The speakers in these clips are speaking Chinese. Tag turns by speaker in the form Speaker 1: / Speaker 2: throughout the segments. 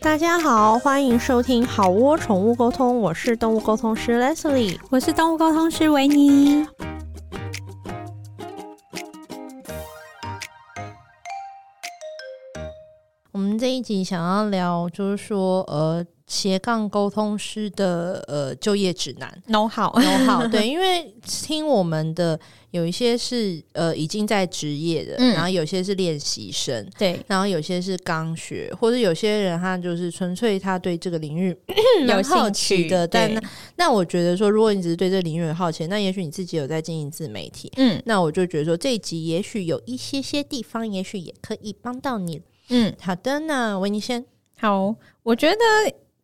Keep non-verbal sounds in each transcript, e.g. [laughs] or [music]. Speaker 1: 大家好，欢迎收听好窝宠物沟通，我是动物沟通师 Leslie。
Speaker 2: 我是动物沟通师维尼。
Speaker 1: 我们这一集想要聊，就是说，呃，斜杠沟通师的呃就业指南。 [laughs]
Speaker 2: No 好，
Speaker 1: 都 [laughs] 好，对，因为听我们的有一些是呃已经在职业的，
Speaker 2: 嗯
Speaker 1: 然后有些是练习生，
Speaker 2: 对，
Speaker 1: 然后有些是刚学，或者有些人他就是纯粹他对这个领域
Speaker 2: 有
Speaker 1: 蛮好
Speaker 2: 兴
Speaker 1: 奇
Speaker 2: 趣
Speaker 1: 的。但
Speaker 2: 对
Speaker 1: 那那我觉得说，如果你只是对这个领域有好奇，那也许你自己有在经营自媒体，
Speaker 2: 嗯
Speaker 1: 那我就觉得说这一集也许有一些些地方，也许也可以帮到你。
Speaker 2: 嗯，
Speaker 1: 好的，那维尼先，
Speaker 2: 好，我觉得。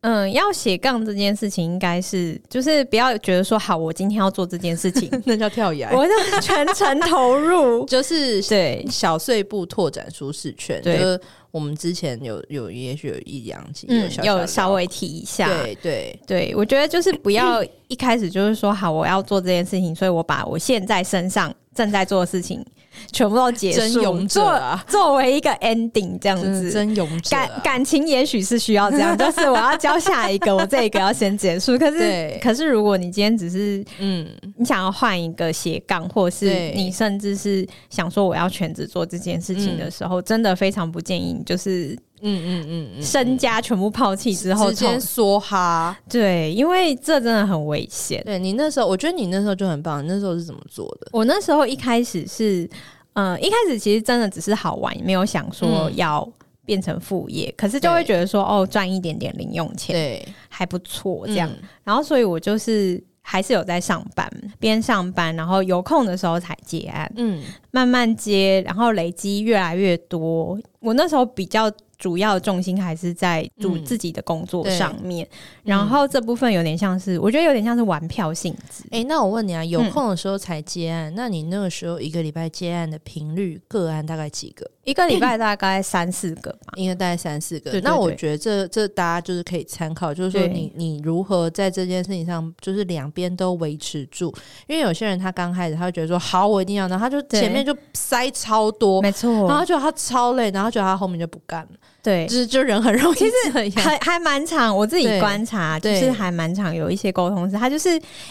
Speaker 2: 嗯，要斜杠这件事情，应该是就是不要觉得说好，我今天要做这
Speaker 1: [laughs]
Speaker 2: 件事情，
Speaker 1: [laughs] 那叫跳崖。
Speaker 2: 我要全程投
Speaker 1: [laughs]
Speaker 2: 入
Speaker 1: 就是
Speaker 2: 对，
Speaker 1: 小碎步拓展舒适圈，就
Speaker 2: 对
Speaker 1: 是我们之前有有也许有一两集
Speaker 2: 嗯，
Speaker 1: 小
Speaker 2: 有稍
Speaker 1: 聊
Speaker 2: 微提一下。
Speaker 1: 对对
Speaker 2: 对，我觉得就是不要一开始就是说好，我要做这件事情，所以我把我现在身上正在做的事情全部都结
Speaker 1: 真
Speaker 2: 束，
Speaker 1: 勇者
Speaker 2: 做
Speaker 1: 啊
Speaker 2: 作为一个 ending 这样子。
Speaker 1: 真勇者啊、
Speaker 2: 感感情也许是需要这样，就是我要教下一个，我这一个要先结束。可
Speaker 1: 对
Speaker 2: 是，可是如果你今天只是
Speaker 1: 嗯
Speaker 2: 你想要换一个斜杠，或是
Speaker 1: 对
Speaker 2: 你甚至是想说我要全职做这件事情的时候，真的非常不建议你就是
Speaker 1: 嗯嗯嗯嗯，
Speaker 2: 身家全部抛弃之后
Speaker 1: 直接
Speaker 2: 从
Speaker 1: 梭哈。
Speaker 2: 对，因为这真的很危险。
Speaker 1: 对你那时候，我觉得你那时候就很棒，你那时候是怎么做的？
Speaker 2: 我那时候一开始是，嗯、一开始其实真的只是好玩，没有想说
Speaker 1: 嗯
Speaker 2: 要变成副业，可是就会
Speaker 1: 对
Speaker 2: 觉得说哦，赚一点点零用钱
Speaker 1: 对，嗯
Speaker 2: 还不错
Speaker 1: 我
Speaker 2: 这样。然后所以我就是还是有在上班，边上班，然后有空的时候才接案，
Speaker 1: 嗯
Speaker 2: 慢慢接，然后累积越来越多。我那时候比较主要的重心还是在主
Speaker 1: 嗯
Speaker 2: 自己的工作
Speaker 1: 对
Speaker 2: 上面，然后这部分有点像是，我觉得有点像是玩票性质。
Speaker 1: 哎、那我问你啊，有
Speaker 2: 嗯
Speaker 1: 空的时候才接案，那你那个时候一个礼拜接案的频率个案大概几个？
Speaker 2: 一个礼拜大概三四个吧。
Speaker 1: 应该大概三四个。
Speaker 2: 对对
Speaker 1: 那我
Speaker 2: 对
Speaker 1: 觉得这这大家就是可以参考，就是说
Speaker 2: 对
Speaker 1: 你你如何在这件事情上，就是两边都维持住。因为有些人他刚开始他会觉得说好，我一定要，然后他就
Speaker 2: 对
Speaker 1: 前面就塞超多，
Speaker 2: [laughs] 没
Speaker 1: 然后
Speaker 2: 错，
Speaker 1: 觉得他超累，然后觉得他后面就不干了，
Speaker 2: 对
Speaker 1: 就，是就人很容易这样。
Speaker 2: 还还蛮长。我自
Speaker 1: 对
Speaker 2: 己观察，就
Speaker 1: 对
Speaker 2: 是还蛮长，有一些沟通师，他就是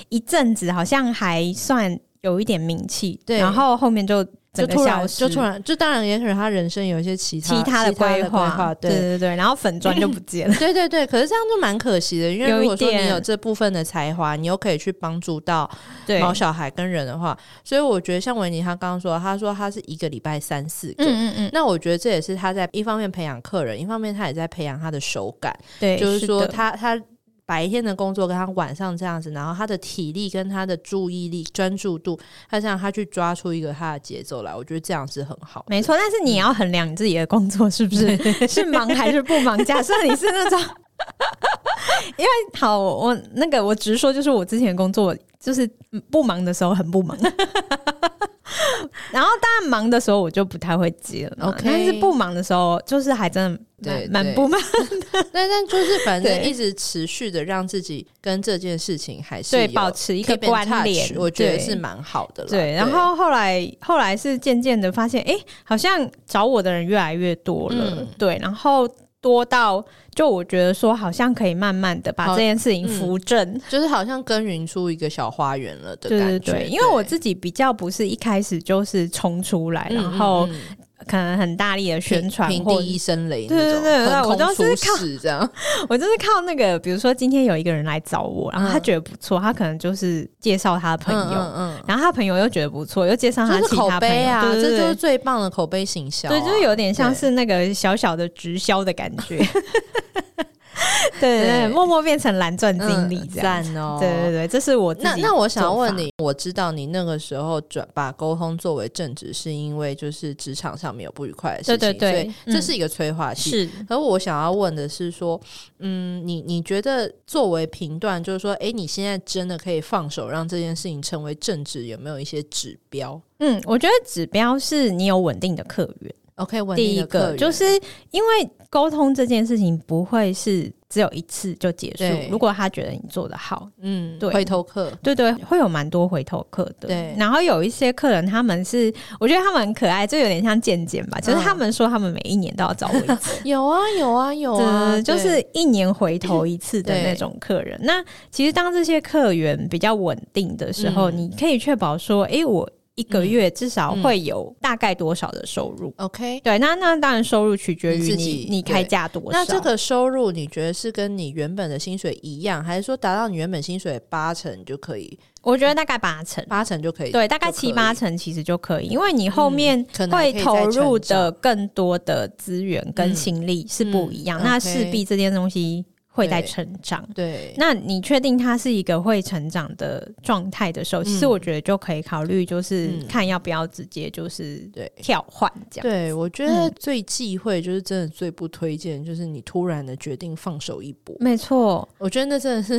Speaker 2: 一阵子好像还算有一点名气，
Speaker 1: 对
Speaker 2: 然后后面就
Speaker 1: 就
Speaker 2: 整个
Speaker 1: 突
Speaker 2: 消
Speaker 1: 然，
Speaker 2: 失，
Speaker 1: 就突。然，就当然，也许他人生有一些其他
Speaker 2: 其他的
Speaker 1: 规
Speaker 2: 规划，对
Speaker 1: 对。
Speaker 2: 对对，然后粉砖就不见了
Speaker 1: [laughs] 对对对。可是这样就蛮可惜的，因为
Speaker 2: 有
Speaker 1: 如
Speaker 2: 一
Speaker 1: 果说你
Speaker 2: 点
Speaker 1: 有这部分的才华，你又可以去帮助到
Speaker 2: 对，
Speaker 1: 毛小孩跟人的话，所以我觉得像维尼他刚刚说，他说他是一个礼拜三四个。
Speaker 2: 嗯嗯嗯，
Speaker 1: 那我觉得这也是他在一方面培养客人，一方面他也在培养他的手感，
Speaker 2: 对，
Speaker 1: 就是说
Speaker 2: 的
Speaker 1: 他他白天的工作跟他晚上这样子，然后他的体力跟他的注意力、专注度，他这样他去抓出一个他的节奏来，我觉得这样是很好。
Speaker 2: 没，错，但是你要衡量你自己的工作是不是 [laughs] 是忙还是不忙。假设你是那种， [laughs] 因为好，我那个我直说，就是我之前的工作就是嗯不忙的时候很不忙， [laughs] 然后当然忙的时候我就不太会接了嘛。
Speaker 1: OK
Speaker 2: 但是不忙的时候就是还真的
Speaker 1: 对
Speaker 2: 蛮
Speaker 1: 对
Speaker 2: 蛮不忙。
Speaker 1: 但但就是反正
Speaker 2: [laughs] 对
Speaker 1: 一直持续的让自己跟这件事情还是
Speaker 2: 对
Speaker 1: 有
Speaker 2: 保持一个
Speaker 1: keep in
Speaker 2: 关
Speaker 1: touch，
Speaker 2: 联
Speaker 1: 我觉得
Speaker 2: 对
Speaker 1: 是蛮好的啦。
Speaker 2: 对，然后后来后来是渐渐的发现，哎、好像找我的人越来越多了，
Speaker 1: 嗯
Speaker 2: 对，然后多到就我觉得说，好像可以慢慢的把
Speaker 1: 好
Speaker 2: 这件事情
Speaker 1: 嗯
Speaker 2: 扶正，
Speaker 1: 就是好像耕耘出一个小花园了的
Speaker 2: 对
Speaker 1: 感
Speaker 2: 对
Speaker 1: 觉。
Speaker 2: 对，因为我自己比较不是一开始就是冲出来，
Speaker 1: 嗯
Speaker 2: 然后
Speaker 1: 嗯嗯
Speaker 2: 可能很大力的宣传
Speaker 1: 平
Speaker 2: 或
Speaker 1: 地一声雷那
Speaker 2: 对对
Speaker 1: 种，
Speaker 2: 对对
Speaker 1: 横
Speaker 2: 我
Speaker 1: 空
Speaker 2: 都
Speaker 1: 出
Speaker 2: 是
Speaker 1: 世这样。
Speaker 2: 我就是靠那个，比如说今天有一个人来找我，然后他
Speaker 1: 嗯
Speaker 2: 觉得不错，他可能就是介绍他的 [laughs] 朋友。
Speaker 1: 嗯
Speaker 2: 然后他朋友又觉得不错，又介绍他
Speaker 1: 就是
Speaker 2: 其
Speaker 1: 口
Speaker 2: 他朋友，
Speaker 1: 碑啊，
Speaker 2: 对对对
Speaker 1: 这就是最棒的口碑行销啊、
Speaker 2: 对，就是有点像
Speaker 1: 对
Speaker 2: 是那个小小的直销的感
Speaker 1: [laughs]
Speaker 2: 觉。对
Speaker 1: 对
Speaker 2: 对对，默默变成蓝钻经理
Speaker 1: 嗯
Speaker 2: 这样。
Speaker 1: 赞哦。
Speaker 2: 对对对，这是我自己
Speaker 1: 那那我想要问
Speaker 2: 做法，
Speaker 1: 你，我知道你那个时候转把沟通作为正职，是因为就是职场上面有不愉快的事情，
Speaker 2: 对对对
Speaker 1: 所以这
Speaker 2: 嗯
Speaker 1: 是一个催化剂。
Speaker 2: 是
Speaker 1: 而我想要问的是说，嗯，你你觉得作为评断，就是说，诶，你现在真的可以放手让这件事情成为正职，有没有一些指标？
Speaker 2: 嗯，我觉得指标是你有稳定的客源，
Speaker 1: OK，稳
Speaker 2: 第
Speaker 1: 定
Speaker 2: 一
Speaker 1: 的客
Speaker 2: 个
Speaker 1: 人
Speaker 2: 就是因为沟通这件事情不会是只有一次就结
Speaker 1: 对
Speaker 2: 束，如果他觉得你做的好。
Speaker 1: 嗯，
Speaker 2: 对
Speaker 1: 回头
Speaker 2: [laughs]
Speaker 1: 客，
Speaker 2: 对对，会有蛮多回头客的。
Speaker 1: 对
Speaker 2: 然后有一些客人，他们是我觉得他们很可爱，这有点像健健吧。就是
Speaker 1: 嗯
Speaker 2: 他们说，他们每一年都要找我一次，
Speaker 1: 有啊有啊有啊，
Speaker 2: 对哦就
Speaker 1: 对
Speaker 2: 是一年回头一次的
Speaker 1: 对
Speaker 2: 那种客
Speaker 1: [laughs]
Speaker 2: 人。那其实当这些客源比较稳定的时候，
Speaker 1: 嗯
Speaker 2: 你可以确保说，诶，我一个
Speaker 1: 嗯
Speaker 2: 月至少
Speaker 1: 嗯
Speaker 2: 会有大概多少的收入？
Speaker 1: OK。
Speaker 2: 对，那那当然收入取决于
Speaker 1: 你
Speaker 2: 你
Speaker 1: 自己
Speaker 2: 你开
Speaker 1: 对
Speaker 2: 价多少。
Speaker 1: 那这个收入你觉得是跟你原本的薪水一样，还是说达到你原本薪水的八成就可以，
Speaker 2: 我觉得大概八成，
Speaker 1: 八成就可以？
Speaker 2: 对，大概
Speaker 1: 就可
Speaker 2: 七
Speaker 1: 以
Speaker 2: 八成其实就可以，因为你后面
Speaker 1: 可能
Speaker 2: 会
Speaker 1: 可以再
Speaker 2: 投入
Speaker 1: 成
Speaker 2: 的更多的资源跟
Speaker 1: 嗯
Speaker 2: 心力是不一样，
Speaker 1: 嗯
Speaker 2: 那
Speaker 1: OK
Speaker 2: 势必这件东西会在
Speaker 1: 对
Speaker 2: 成长。
Speaker 1: 对，
Speaker 2: 那你确定它是一个会成长的状态的时候，其实
Speaker 1: 嗯
Speaker 2: 我觉得就可以考虑，就是
Speaker 1: 嗯
Speaker 2: 看要不要直接就是
Speaker 1: 对
Speaker 2: 跳换这样。
Speaker 1: 对，我觉得
Speaker 2: 嗯
Speaker 1: 最忌讳就是真的最不推荐，就是你突然的决定放手一搏。
Speaker 2: 没错，
Speaker 1: 我觉得那真的是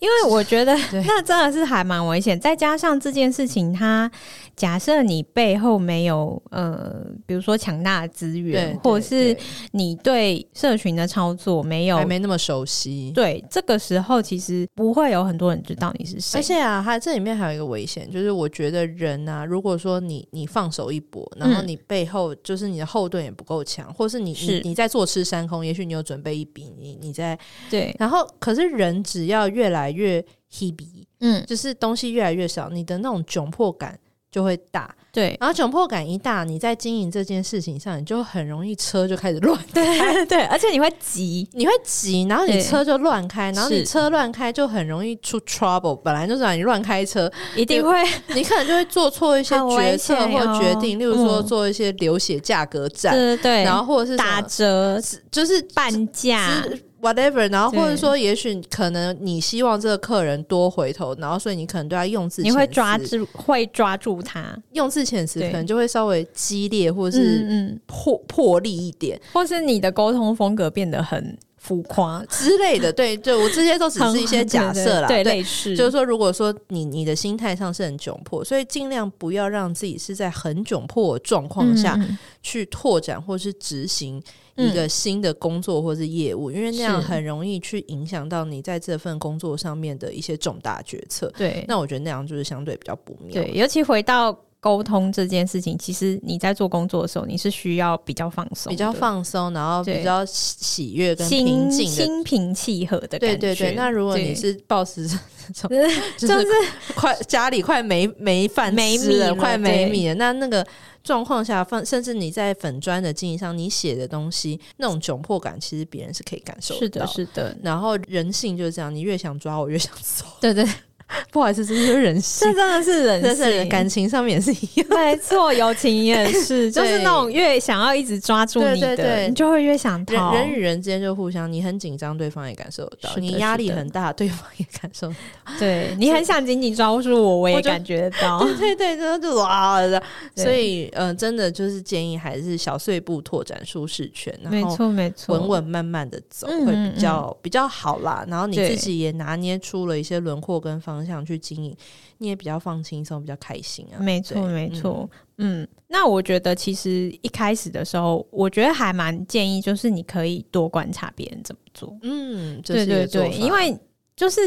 Speaker 2: 因为我觉 [laughs] 得
Speaker 1: 对
Speaker 2: 那真的是还蛮危险，再加上这件事情，它假设你背后没有呃，比如说强大的资源
Speaker 1: 对，，
Speaker 2: 或
Speaker 1: 对
Speaker 2: 是
Speaker 1: 对
Speaker 2: 你对社群的操作没有
Speaker 1: 还没那么熟悉。
Speaker 2: 对，这个时候其实不会有很多人知道你是谁
Speaker 1: 而。且啊，还这里面还有一个危险，就是我觉得人啊，如果说你你放手一搏，然后
Speaker 2: 嗯
Speaker 1: 你背后就是你的后盾也不够强，或是你
Speaker 2: 是
Speaker 1: 你你在坐吃山空，也许你有准备一笔，你你在，
Speaker 2: 对，
Speaker 1: 然后可是人只要越来越 hebe，
Speaker 2: 嗯，
Speaker 1: 就是东西越来越少，你的那种窘迫感就会大。
Speaker 2: 对，
Speaker 1: 然后窘迫感一大，你在经营这件事情上，你就很容易车就开始乱，
Speaker 2: 对， [laughs] 对，而且你会急，
Speaker 1: [laughs]
Speaker 2: [laughs]
Speaker 1: 你会急，然后
Speaker 2: 对
Speaker 1: 你车就乱开，然后你
Speaker 2: 是
Speaker 1: 车乱开就很容易出 trouble。本来就是啊，你乱开车， [laughs]
Speaker 2: 一定会
Speaker 1: 你可能就会做错一些
Speaker 2: 很危
Speaker 1: 决
Speaker 2: 险
Speaker 1: 策
Speaker 2: 哦
Speaker 1: 或决定，例如说
Speaker 2: 嗯
Speaker 1: 做一些流血价格战，
Speaker 2: 对对对，
Speaker 1: 然后或者是什么
Speaker 2: 打折、
Speaker 1: 就是
Speaker 2: 半价，
Speaker 1: 之 whatever，然后
Speaker 2: 对
Speaker 1: 或者说也许可能你希望这个客人多回头，然后所以你可能对他用字
Speaker 2: 你会
Speaker 1: 遣
Speaker 2: 抓
Speaker 1: 词
Speaker 2: 住，会抓住它。
Speaker 1: 用字遣词，
Speaker 2: 对
Speaker 1: 可能就会稍微激烈或者
Speaker 2: 嗯
Speaker 1: 是
Speaker 2: 嗯，
Speaker 1: 破破力一点。
Speaker 2: 或是你的沟通风格变得很浮夸，
Speaker 1: 之类的，对对，我这些都只
Speaker 2: 很
Speaker 1: 是一些假设啦，
Speaker 2: 对，
Speaker 1: 对，
Speaker 2: 类似
Speaker 1: 就是说，如果说你你的心态上是很窘迫，所以尽量不要让自己是在很窘迫的状况下
Speaker 2: 嗯嗯嗯
Speaker 1: 去拓展或是执行一个新的工作或是业务，因为那样
Speaker 2: 是
Speaker 1: 很容易去影响到你在这份工作上面的一些重大决策。
Speaker 2: 对
Speaker 1: 那我觉得那样就是相对比较不妙。
Speaker 2: 对，尤其回到沟通这件事情，其实你在做工作的时候，你是需要比较放松的，
Speaker 1: 比较放松，然后
Speaker 2: 对
Speaker 1: 比较喜喜悦跟平
Speaker 2: 心
Speaker 1: 静的。
Speaker 2: 心平气和的
Speaker 1: 对
Speaker 2: 感觉。
Speaker 1: 对对，那如果你
Speaker 2: 对
Speaker 1: 是 boss 这种，就
Speaker 2: [laughs] 就是
Speaker 1: 是快家里快没没饭
Speaker 2: 没米
Speaker 1: 吃了，
Speaker 2: 了
Speaker 1: 快没
Speaker 2: 对
Speaker 1: 米了。那那个状况下，放甚至你在粉砖的经营上，你写的东西那种窘迫感，其实别人是可以感受
Speaker 2: 是
Speaker 1: 到
Speaker 2: 的，是的，
Speaker 1: 然后人性就是这样，你越想抓，我越想
Speaker 2: [laughs]
Speaker 1: 走。
Speaker 2: 对对，
Speaker 1: [laughs] 不好意思，这就是人
Speaker 2: 这
Speaker 1: 性，
Speaker 2: 真的是
Speaker 1: 但
Speaker 2: 人
Speaker 1: 是
Speaker 2: 性
Speaker 1: 感情上面也是一样。
Speaker 2: [laughs] 没错，友情也
Speaker 1: [laughs]
Speaker 2: 是，就是
Speaker 1: 对
Speaker 2: 那种越想要一直抓住
Speaker 1: 对
Speaker 2: 你的，
Speaker 1: 对对
Speaker 2: 你就会越想
Speaker 1: 人
Speaker 2: 逃。
Speaker 1: 人与人之间就互相，你很紧张，对方也感受得到；
Speaker 2: 是的
Speaker 1: 你压力
Speaker 2: 是的
Speaker 1: 很大，对方也感受得
Speaker 2: [laughs]
Speaker 1: 到。
Speaker 2: 对你很想紧紧抓住我，我也
Speaker 1: 我就
Speaker 2: 感觉得
Speaker 1: [laughs]
Speaker 2: 到。
Speaker 1: 对对，对，就哇的。
Speaker 2: [laughs] 对
Speaker 1: 所以，呃，真的就是建议还是小碎步拓展舒适圈，然
Speaker 2: 没
Speaker 1: 后
Speaker 2: 错，没错，
Speaker 1: 稳稳慢慢的走，
Speaker 2: 嗯
Speaker 1: 会比较、比较好啦。然后你
Speaker 2: 对
Speaker 1: 自己也拿捏出了一些轮廓跟方向去经营，你也比较放轻松，比较开心啊。
Speaker 2: 没错，
Speaker 1: 对
Speaker 2: 没错。嗯，那我觉得其实一开始的时候，我觉得还蛮建议，就是你可以多观察别人怎么做。
Speaker 1: 嗯，这
Speaker 2: 对
Speaker 1: 是一
Speaker 2: 对
Speaker 1: 个做法
Speaker 2: 对，因为就是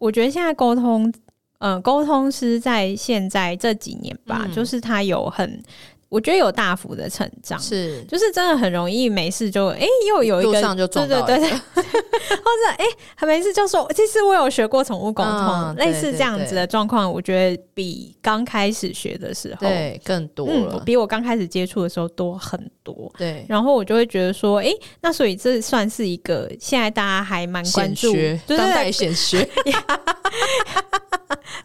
Speaker 2: 我觉得现在沟通，呃，沟通师在现在这几年吧，
Speaker 1: 嗯
Speaker 2: 就是他有很，我觉得有大幅的成长。
Speaker 1: 是
Speaker 2: 就是真的很容易没事就哎、又有一
Speaker 1: 路
Speaker 2: 个
Speaker 1: 上就
Speaker 2: 对
Speaker 1: 撞
Speaker 2: 对
Speaker 1: 到
Speaker 2: 对对，或 [laughs] 者哎、还没事就说，其实我有学过宠物沟通，
Speaker 1: 嗯
Speaker 2: 类
Speaker 1: 对
Speaker 2: 似这样子的状况，我觉得比刚开始学的时候，
Speaker 1: 对更多
Speaker 2: 嗯，
Speaker 1: 了，
Speaker 2: 比我刚开始接触的时候多很多。
Speaker 1: 对
Speaker 2: 然后我就会觉得说，哎、那所以这算是一个现在大家还蛮关
Speaker 1: 显
Speaker 2: 注，
Speaker 1: 学
Speaker 2: 对对
Speaker 1: 当
Speaker 2: 对
Speaker 1: 代，显
Speaker 2: [laughs]
Speaker 1: 学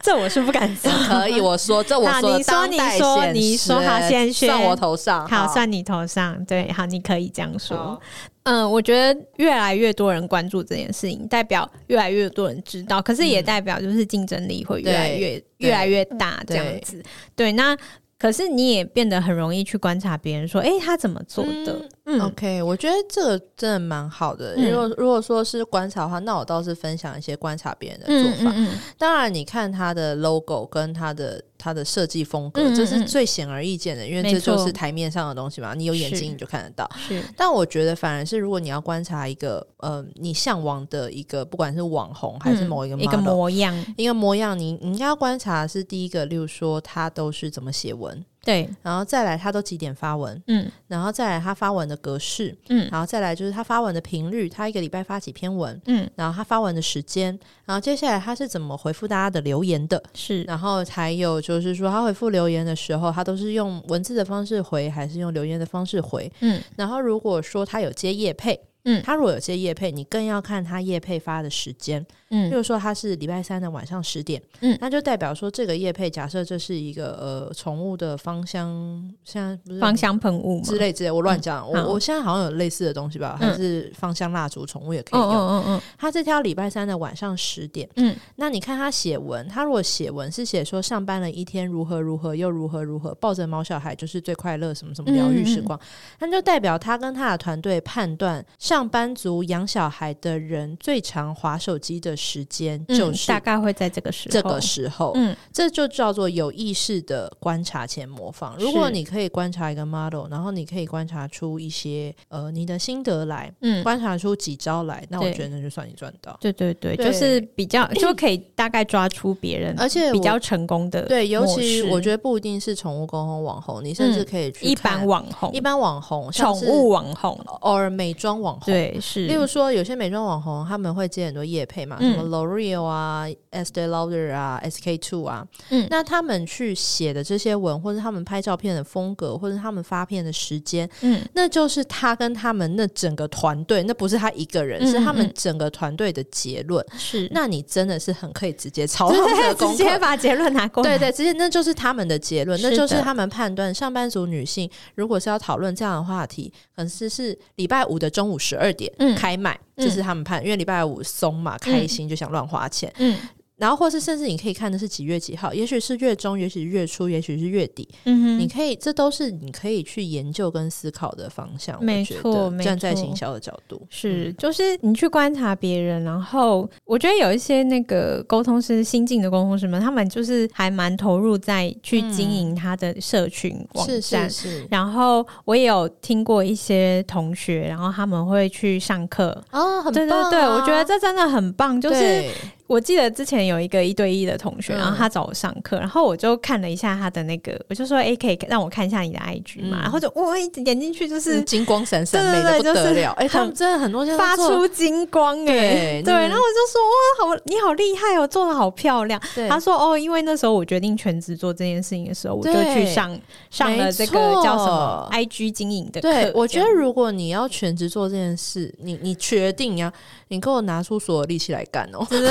Speaker 2: 这我是不敢
Speaker 1: [laughs]
Speaker 2: 说。
Speaker 1: 可以，我说这我
Speaker 2: 好
Speaker 1: 说
Speaker 2: 你说
Speaker 1: 当代
Speaker 2: 你说
Speaker 1: 显
Speaker 2: 你说
Speaker 1: 学
Speaker 2: 好显学
Speaker 1: 算我头上，
Speaker 2: 好，算你头上。对，好，你可以这样说
Speaker 1: 好。
Speaker 2: 嗯，我觉得越来越多人关注这件事情，代表越来越多人知道，可是也代表就是竞争力会越来越
Speaker 1: 嗯对
Speaker 2: 越来越大这样子。对，那可是你也变得很容易去观察别人，说，诶，他怎么做的？
Speaker 1: 嗯
Speaker 2: 嗯，
Speaker 1: OK，我觉得这个真的蛮好的。
Speaker 2: 嗯
Speaker 1: 如果如果说是观察的话，那我倒是分享一些观察别人的
Speaker 2: 嗯
Speaker 1: 做
Speaker 2: 嗯
Speaker 1: 法。
Speaker 2: 嗯
Speaker 1: 当然，你看它的 logo 跟它的它的设计风格，
Speaker 2: 嗯嗯
Speaker 1: 这是
Speaker 2: 嗯
Speaker 1: 最显而易见的，因为
Speaker 2: 没
Speaker 1: 这就
Speaker 2: 错
Speaker 1: 是台面上的东西嘛。你有眼
Speaker 2: 是
Speaker 1: 睛你就看得到。
Speaker 2: 是，
Speaker 1: 但我觉得反而是，如果你要观察一个呃你向往的一个，不管是网红还是
Speaker 2: 嗯
Speaker 1: 某一个 model、
Speaker 2: 一个模样，
Speaker 1: 一个模样，你你应该要观察的是第一个，例如说他都是怎么写文，
Speaker 2: 对，
Speaker 1: 然后再来他都几点发文，
Speaker 2: 嗯
Speaker 1: 然后再来他发文的格式，
Speaker 2: 嗯
Speaker 1: 然后再来就是他发文的频率，他一个礼拜发几篇文，
Speaker 2: 嗯，
Speaker 1: 然后他发文的时间，然后接下来他是怎么回复大家的留言的，
Speaker 2: 是，
Speaker 1: 然后还有就是说他回复留言的时候，他都是用文字的方式回，还是用留言的方式回？
Speaker 2: 嗯
Speaker 1: 然后如果说他有接业配，
Speaker 2: 嗯
Speaker 1: 他如果有接业配，你更要看他业配发的时间。例
Speaker 2: 嗯
Speaker 1: 如说他是礼拜三的晚上十点，
Speaker 2: 嗯
Speaker 1: 那就代表说这个业配，假设这是一个呃宠物的芳香，现在不是
Speaker 2: 芳香嗯喷雾嘛，
Speaker 1: 之类之类，我乱讲，
Speaker 2: 嗯好
Speaker 1: 我我现在好像有类似的东西吧，
Speaker 2: 嗯
Speaker 1: 还是芳香蜡烛，宠物也可以
Speaker 2: 嗯
Speaker 1: 用。
Speaker 2: 嗯嗯
Speaker 1: 他这挑礼拜三的晚上十点，
Speaker 2: 嗯，
Speaker 1: 那你看他写文，他如果写文是写说上班了一天如何如何又如何如何，抱着毛小孩就是最快乐，什么什么疗
Speaker 2: 嗯
Speaker 1: 愈时光，那就代表他跟他的团队判断上班族养小孩的人最常划手机的时间
Speaker 2: 嗯，
Speaker 1: 就
Speaker 2: 嗯
Speaker 1: 是
Speaker 2: 大概会在这个时候，
Speaker 1: 这个时候，
Speaker 2: 嗯
Speaker 1: 这就叫做有意识的观察且模仿。
Speaker 2: 是
Speaker 1: 如果你可以观察一个 model，然后你可以观察出一些呃你的心得来，
Speaker 2: 嗯，
Speaker 1: 观察出几招来，那我
Speaker 2: 对
Speaker 1: 觉得那就算你赚到。
Speaker 2: 对对对，
Speaker 1: 对
Speaker 2: 就是
Speaker 1: [clears throat]
Speaker 2: 比较就可以大概抓出别人，
Speaker 1: 而且我
Speaker 2: 嗯比较成功的模式，
Speaker 1: 对，尤其我觉得不一定是宠物沟通网红，你甚至
Speaker 2: 嗯
Speaker 1: 可以去
Speaker 2: 一般
Speaker 1: 看
Speaker 2: 网红
Speaker 1: 一、般网红，像
Speaker 2: 宠
Speaker 1: 是
Speaker 2: 物网红，
Speaker 1: 偶尔美妆网红。
Speaker 2: 对是，
Speaker 1: 例如说，有些美妆网红他们会接很多业配嘛，
Speaker 2: 嗯
Speaker 1: 什么 L'Oreal 啊、Estee Lauder 啊、SK two 啊，
Speaker 2: 嗯
Speaker 1: 那他们去写的这些文，或者他们拍照片的风格，或者他们发片的时间，
Speaker 2: 嗯
Speaker 1: 那就是他跟他们那整个团队，那不是他一个人，
Speaker 2: 嗯
Speaker 1: 是他
Speaker 2: 嗯
Speaker 1: 们
Speaker 2: 嗯
Speaker 1: 整个团队的结论。
Speaker 2: 是，
Speaker 1: 那你真的是很可以直接抄他们的
Speaker 2: 直接
Speaker 1: 功
Speaker 2: 直
Speaker 1: 课
Speaker 2: 接。把结论拿过来，
Speaker 1: 对对，直接那就是他们的结论，
Speaker 2: 是
Speaker 1: 那
Speaker 2: 的
Speaker 1: 就是他们判断上班族女性如果是要讨论这样的话题，可能是是礼拜五的中午十二点
Speaker 2: 嗯
Speaker 1: 开卖，
Speaker 2: 嗯
Speaker 1: 这是他们判，因为礼拜五松嘛，开心就想乱花钱。
Speaker 2: 嗯
Speaker 1: 然后，或是甚至你可以看的是几月几号，也许是月中，也许是月初，也许是月底。
Speaker 2: 嗯
Speaker 1: 你
Speaker 2: 哼，
Speaker 1: 可以，这都是你可以去研究跟思考的方向。我
Speaker 2: 没
Speaker 1: 觉得
Speaker 2: 错没
Speaker 1: 站在
Speaker 2: 错
Speaker 1: 行销的角度，
Speaker 2: 是，就是你去观察别人，然后我觉得有一些那个沟通师，新进的沟通师们，他们就是还蛮投入在去经营他的社群网
Speaker 1: 是
Speaker 2: 站
Speaker 1: 嗯是，是
Speaker 2: 然后我也有听过一些同学，然后他们会去上课。
Speaker 1: 哦，很
Speaker 2: 对对
Speaker 1: 棒
Speaker 2: 对，我觉得
Speaker 1: 啊
Speaker 2: 这真的很棒。就是
Speaker 1: 对
Speaker 2: 我记得之前有一个一对一的同学，
Speaker 1: 嗯
Speaker 2: 然后他找我上课，然后我就看了一下他的那个，我就说：“哎，可以让我看一下你的 IG 嘛？”
Speaker 1: 嗯
Speaker 2: 然后就我一点进去就是
Speaker 1: 是金光闪闪，
Speaker 2: 对
Speaker 1: 美
Speaker 2: 对
Speaker 1: 的
Speaker 2: 对
Speaker 1: 不得
Speaker 2: 就是
Speaker 1: 了。哎，他们真的很多现在都
Speaker 2: 发
Speaker 1: 做
Speaker 2: 出金光哎、
Speaker 1: 对
Speaker 2: 对，
Speaker 1: 那
Speaker 2: 然后我就说：“哇，好，你好厉害哦，做的好漂亮。”
Speaker 1: 对
Speaker 2: 他说：“哦，因为那时候我决定全职做这件事情的时候，我就
Speaker 1: 对
Speaker 2: 去上上了这个
Speaker 1: 没错
Speaker 2: 叫什么 IG 经营的课。”
Speaker 1: 对，我
Speaker 2: 这
Speaker 1: 觉
Speaker 2: 样
Speaker 1: 得如果你要全职做这件事，你你决定要，你给我拿出所有力气来干哦。因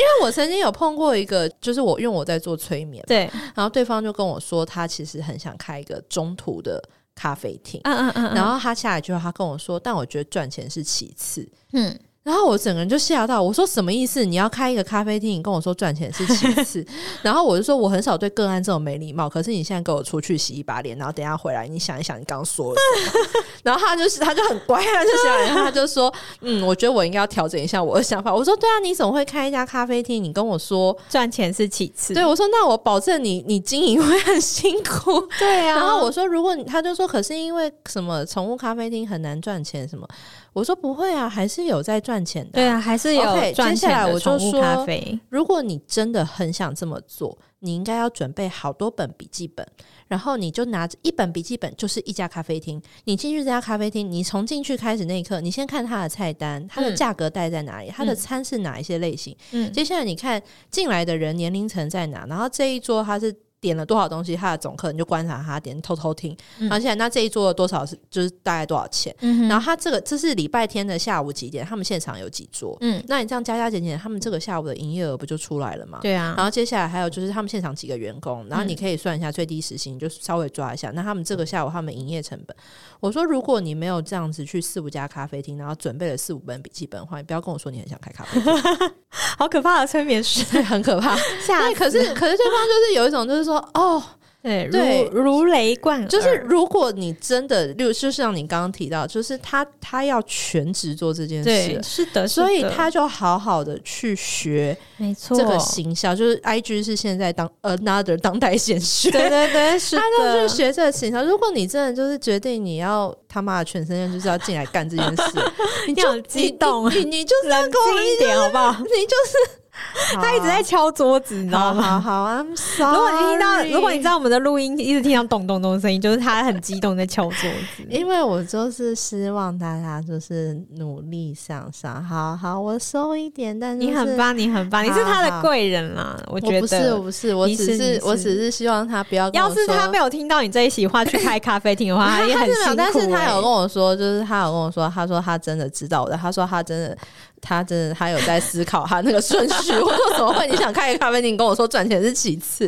Speaker 1: [laughs] 为我曾经有碰过一个，就是我因为我在做催眠，
Speaker 2: 对，
Speaker 1: 然后对方就跟我说，他其实很想开一个中途的咖啡厅，
Speaker 2: 嗯嗯嗯嗯，
Speaker 1: 然后他下来之后，他跟我说，但我觉得赚钱是其次。
Speaker 2: 嗯。
Speaker 1: 然后我整个人就吓到，我说什么意思？你要开一个咖啡厅，你跟我说赚钱是其 [laughs] 次，然后我就说我很少对个案这种没礼貌，可是你现在给我出去洗一把脸，然后等一下回来，你想一想你刚刚说了什 [laughs] 么。然后他就是他就很乖，他就想，然后他就说，嗯，我觉得我应该要调整一下我的想法。我说对啊，你怎么会开一家咖啡厅？你跟我说，
Speaker 2: 赚钱是其次。
Speaker 1: 对我说那我保证你你经营会很辛苦。
Speaker 2: 对啊，
Speaker 1: [laughs] 然后我说，如果你他就说，可是因为什么宠物咖啡厅很难赚钱什么？我说不会啊，还是有在赚钱的啊、
Speaker 2: 对啊，还是有
Speaker 1: OK，
Speaker 2: 赚
Speaker 1: 接下
Speaker 2: 钱
Speaker 1: 来
Speaker 2: 的
Speaker 1: 我就
Speaker 2: 宠物
Speaker 1: 说
Speaker 2: 咖啡。
Speaker 1: 如果你真的很想这么做，你应该要准备好多本笔记本，然后你就拿着一本笔记本，就是一家咖啡厅。你进去这家咖啡厅，你从进去开始那一刻，你先看它的菜单，它的
Speaker 2: 嗯
Speaker 1: 价格带在哪里，它的餐是哪一些类型。
Speaker 2: 嗯
Speaker 1: 接下来你看进来的人年龄层在哪，然后这一桌他是。点了多少东西，他的总客你就观察他点，偷偷听。
Speaker 2: 嗯
Speaker 1: 然后现在那这一桌多少是就是大概多少钱？
Speaker 2: 嗯
Speaker 1: 然
Speaker 2: 然后
Speaker 1: 后他这个这是礼拜天的下午几点？他们现场有几桌？
Speaker 2: 嗯，
Speaker 1: 那你这样加加减减，他们这个下午的营业额不就出来了吗？
Speaker 2: 对啊，
Speaker 1: 然后接下来还有就是他们现场几个员工，然后你可以算一下最低时薪，你就稍微抓一下。那他们这个下午他们营业成本，我说如果你没有这样子去四五家咖啡厅，然后准备了四五本笔记本的话，你不要跟我说你很想开咖
Speaker 2: [laughs]
Speaker 1: 啡厅，
Speaker 2: 好可怕的催眠师，
Speaker 1: [laughs] 很可怕。
Speaker 2: 吓
Speaker 1: 对，可是可是对方就是有一种就是说哦。
Speaker 2: 对，
Speaker 1: 对
Speaker 2: 如如雷贯耳，
Speaker 1: 就是如果你真的，例如就是像你刚刚提到，就是他他要全职做这件
Speaker 2: 对，
Speaker 1: 事，
Speaker 2: 是的，是
Speaker 1: 所以
Speaker 2: 的
Speaker 1: 他就好好的去学
Speaker 2: 没错，
Speaker 1: 这个行销，就是 I G 是现在当 another 当代显学。
Speaker 2: 对
Speaker 1: [laughs]
Speaker 2: 对对，是
Speaker 1: 他
Speaker 2: 的，
Speaker 1: 就去学这个行销。如果你真的就是决定你要他妈的全身心就是要进来干这件
Speaker 2: [laughs]
Speaker 1: 事，你就
Speaker 2: 你好激动啊
Speaker 1: 你你你就是要
Speaker 2: 冷
Speaker 1: 跟我
Speaker 2: 静一点好
Speaker 1: [laughs]
Speaker 2: 不好？
Speaker 1: 你就是
Speaker 2: 他一直在敲桌子，你知道
Speaker 1: 好
Speaker 2: 吗？
Speaker 1: 好好，I'm sorry。
Speaker 2: 如果你听到，如果你知道我们的录音一直听到咚咚咚的声音，就是他很激动在敲桌子。
Speaker 1: [laughs] 因为我就是希望大家就是努力向上，好好，我收一点，但是
Speaker 2: 你很，棒，你很棒，你是他的贵人啦，我
Speaker 1: 我
Speaker 2: 觉
Speaker 1: 不是，我
Speaker 2: 得。
Speaker 1: 不是，我
Speaker 2: 你
Speaker 1: 只
Speaker 2: 是
Speaker 1: 是
Speaker 2: 你
Speaker 1: 我
Speaker 2: 是
Speaker 1: 只是希望他不要跟我
Speaker 2: 要
Speaker 1: 说。
Speaker 2: 是他没有听到你这一席话去开咖啡厅
Speaker 1: [laughs]
Speaker 2: 的话，
Speaker 1: 他
Speaker 2: 也
Speaker 1: 他
Speaker 2: 很
Speaker 1: 是
Speaker 2: 辛
Speaker 1: 没
Speaker 2: 苦、
Speaker 1: 有，
Speaker 2: 欸。
Speaker 1: 但是他有跟我说，就是他有跟我说，他说他真的知道我的，他说他真的，他真的，他有在思考他那个顺序。我说怎么会？你想开个咖啡厅，跟我说赚钱是其次。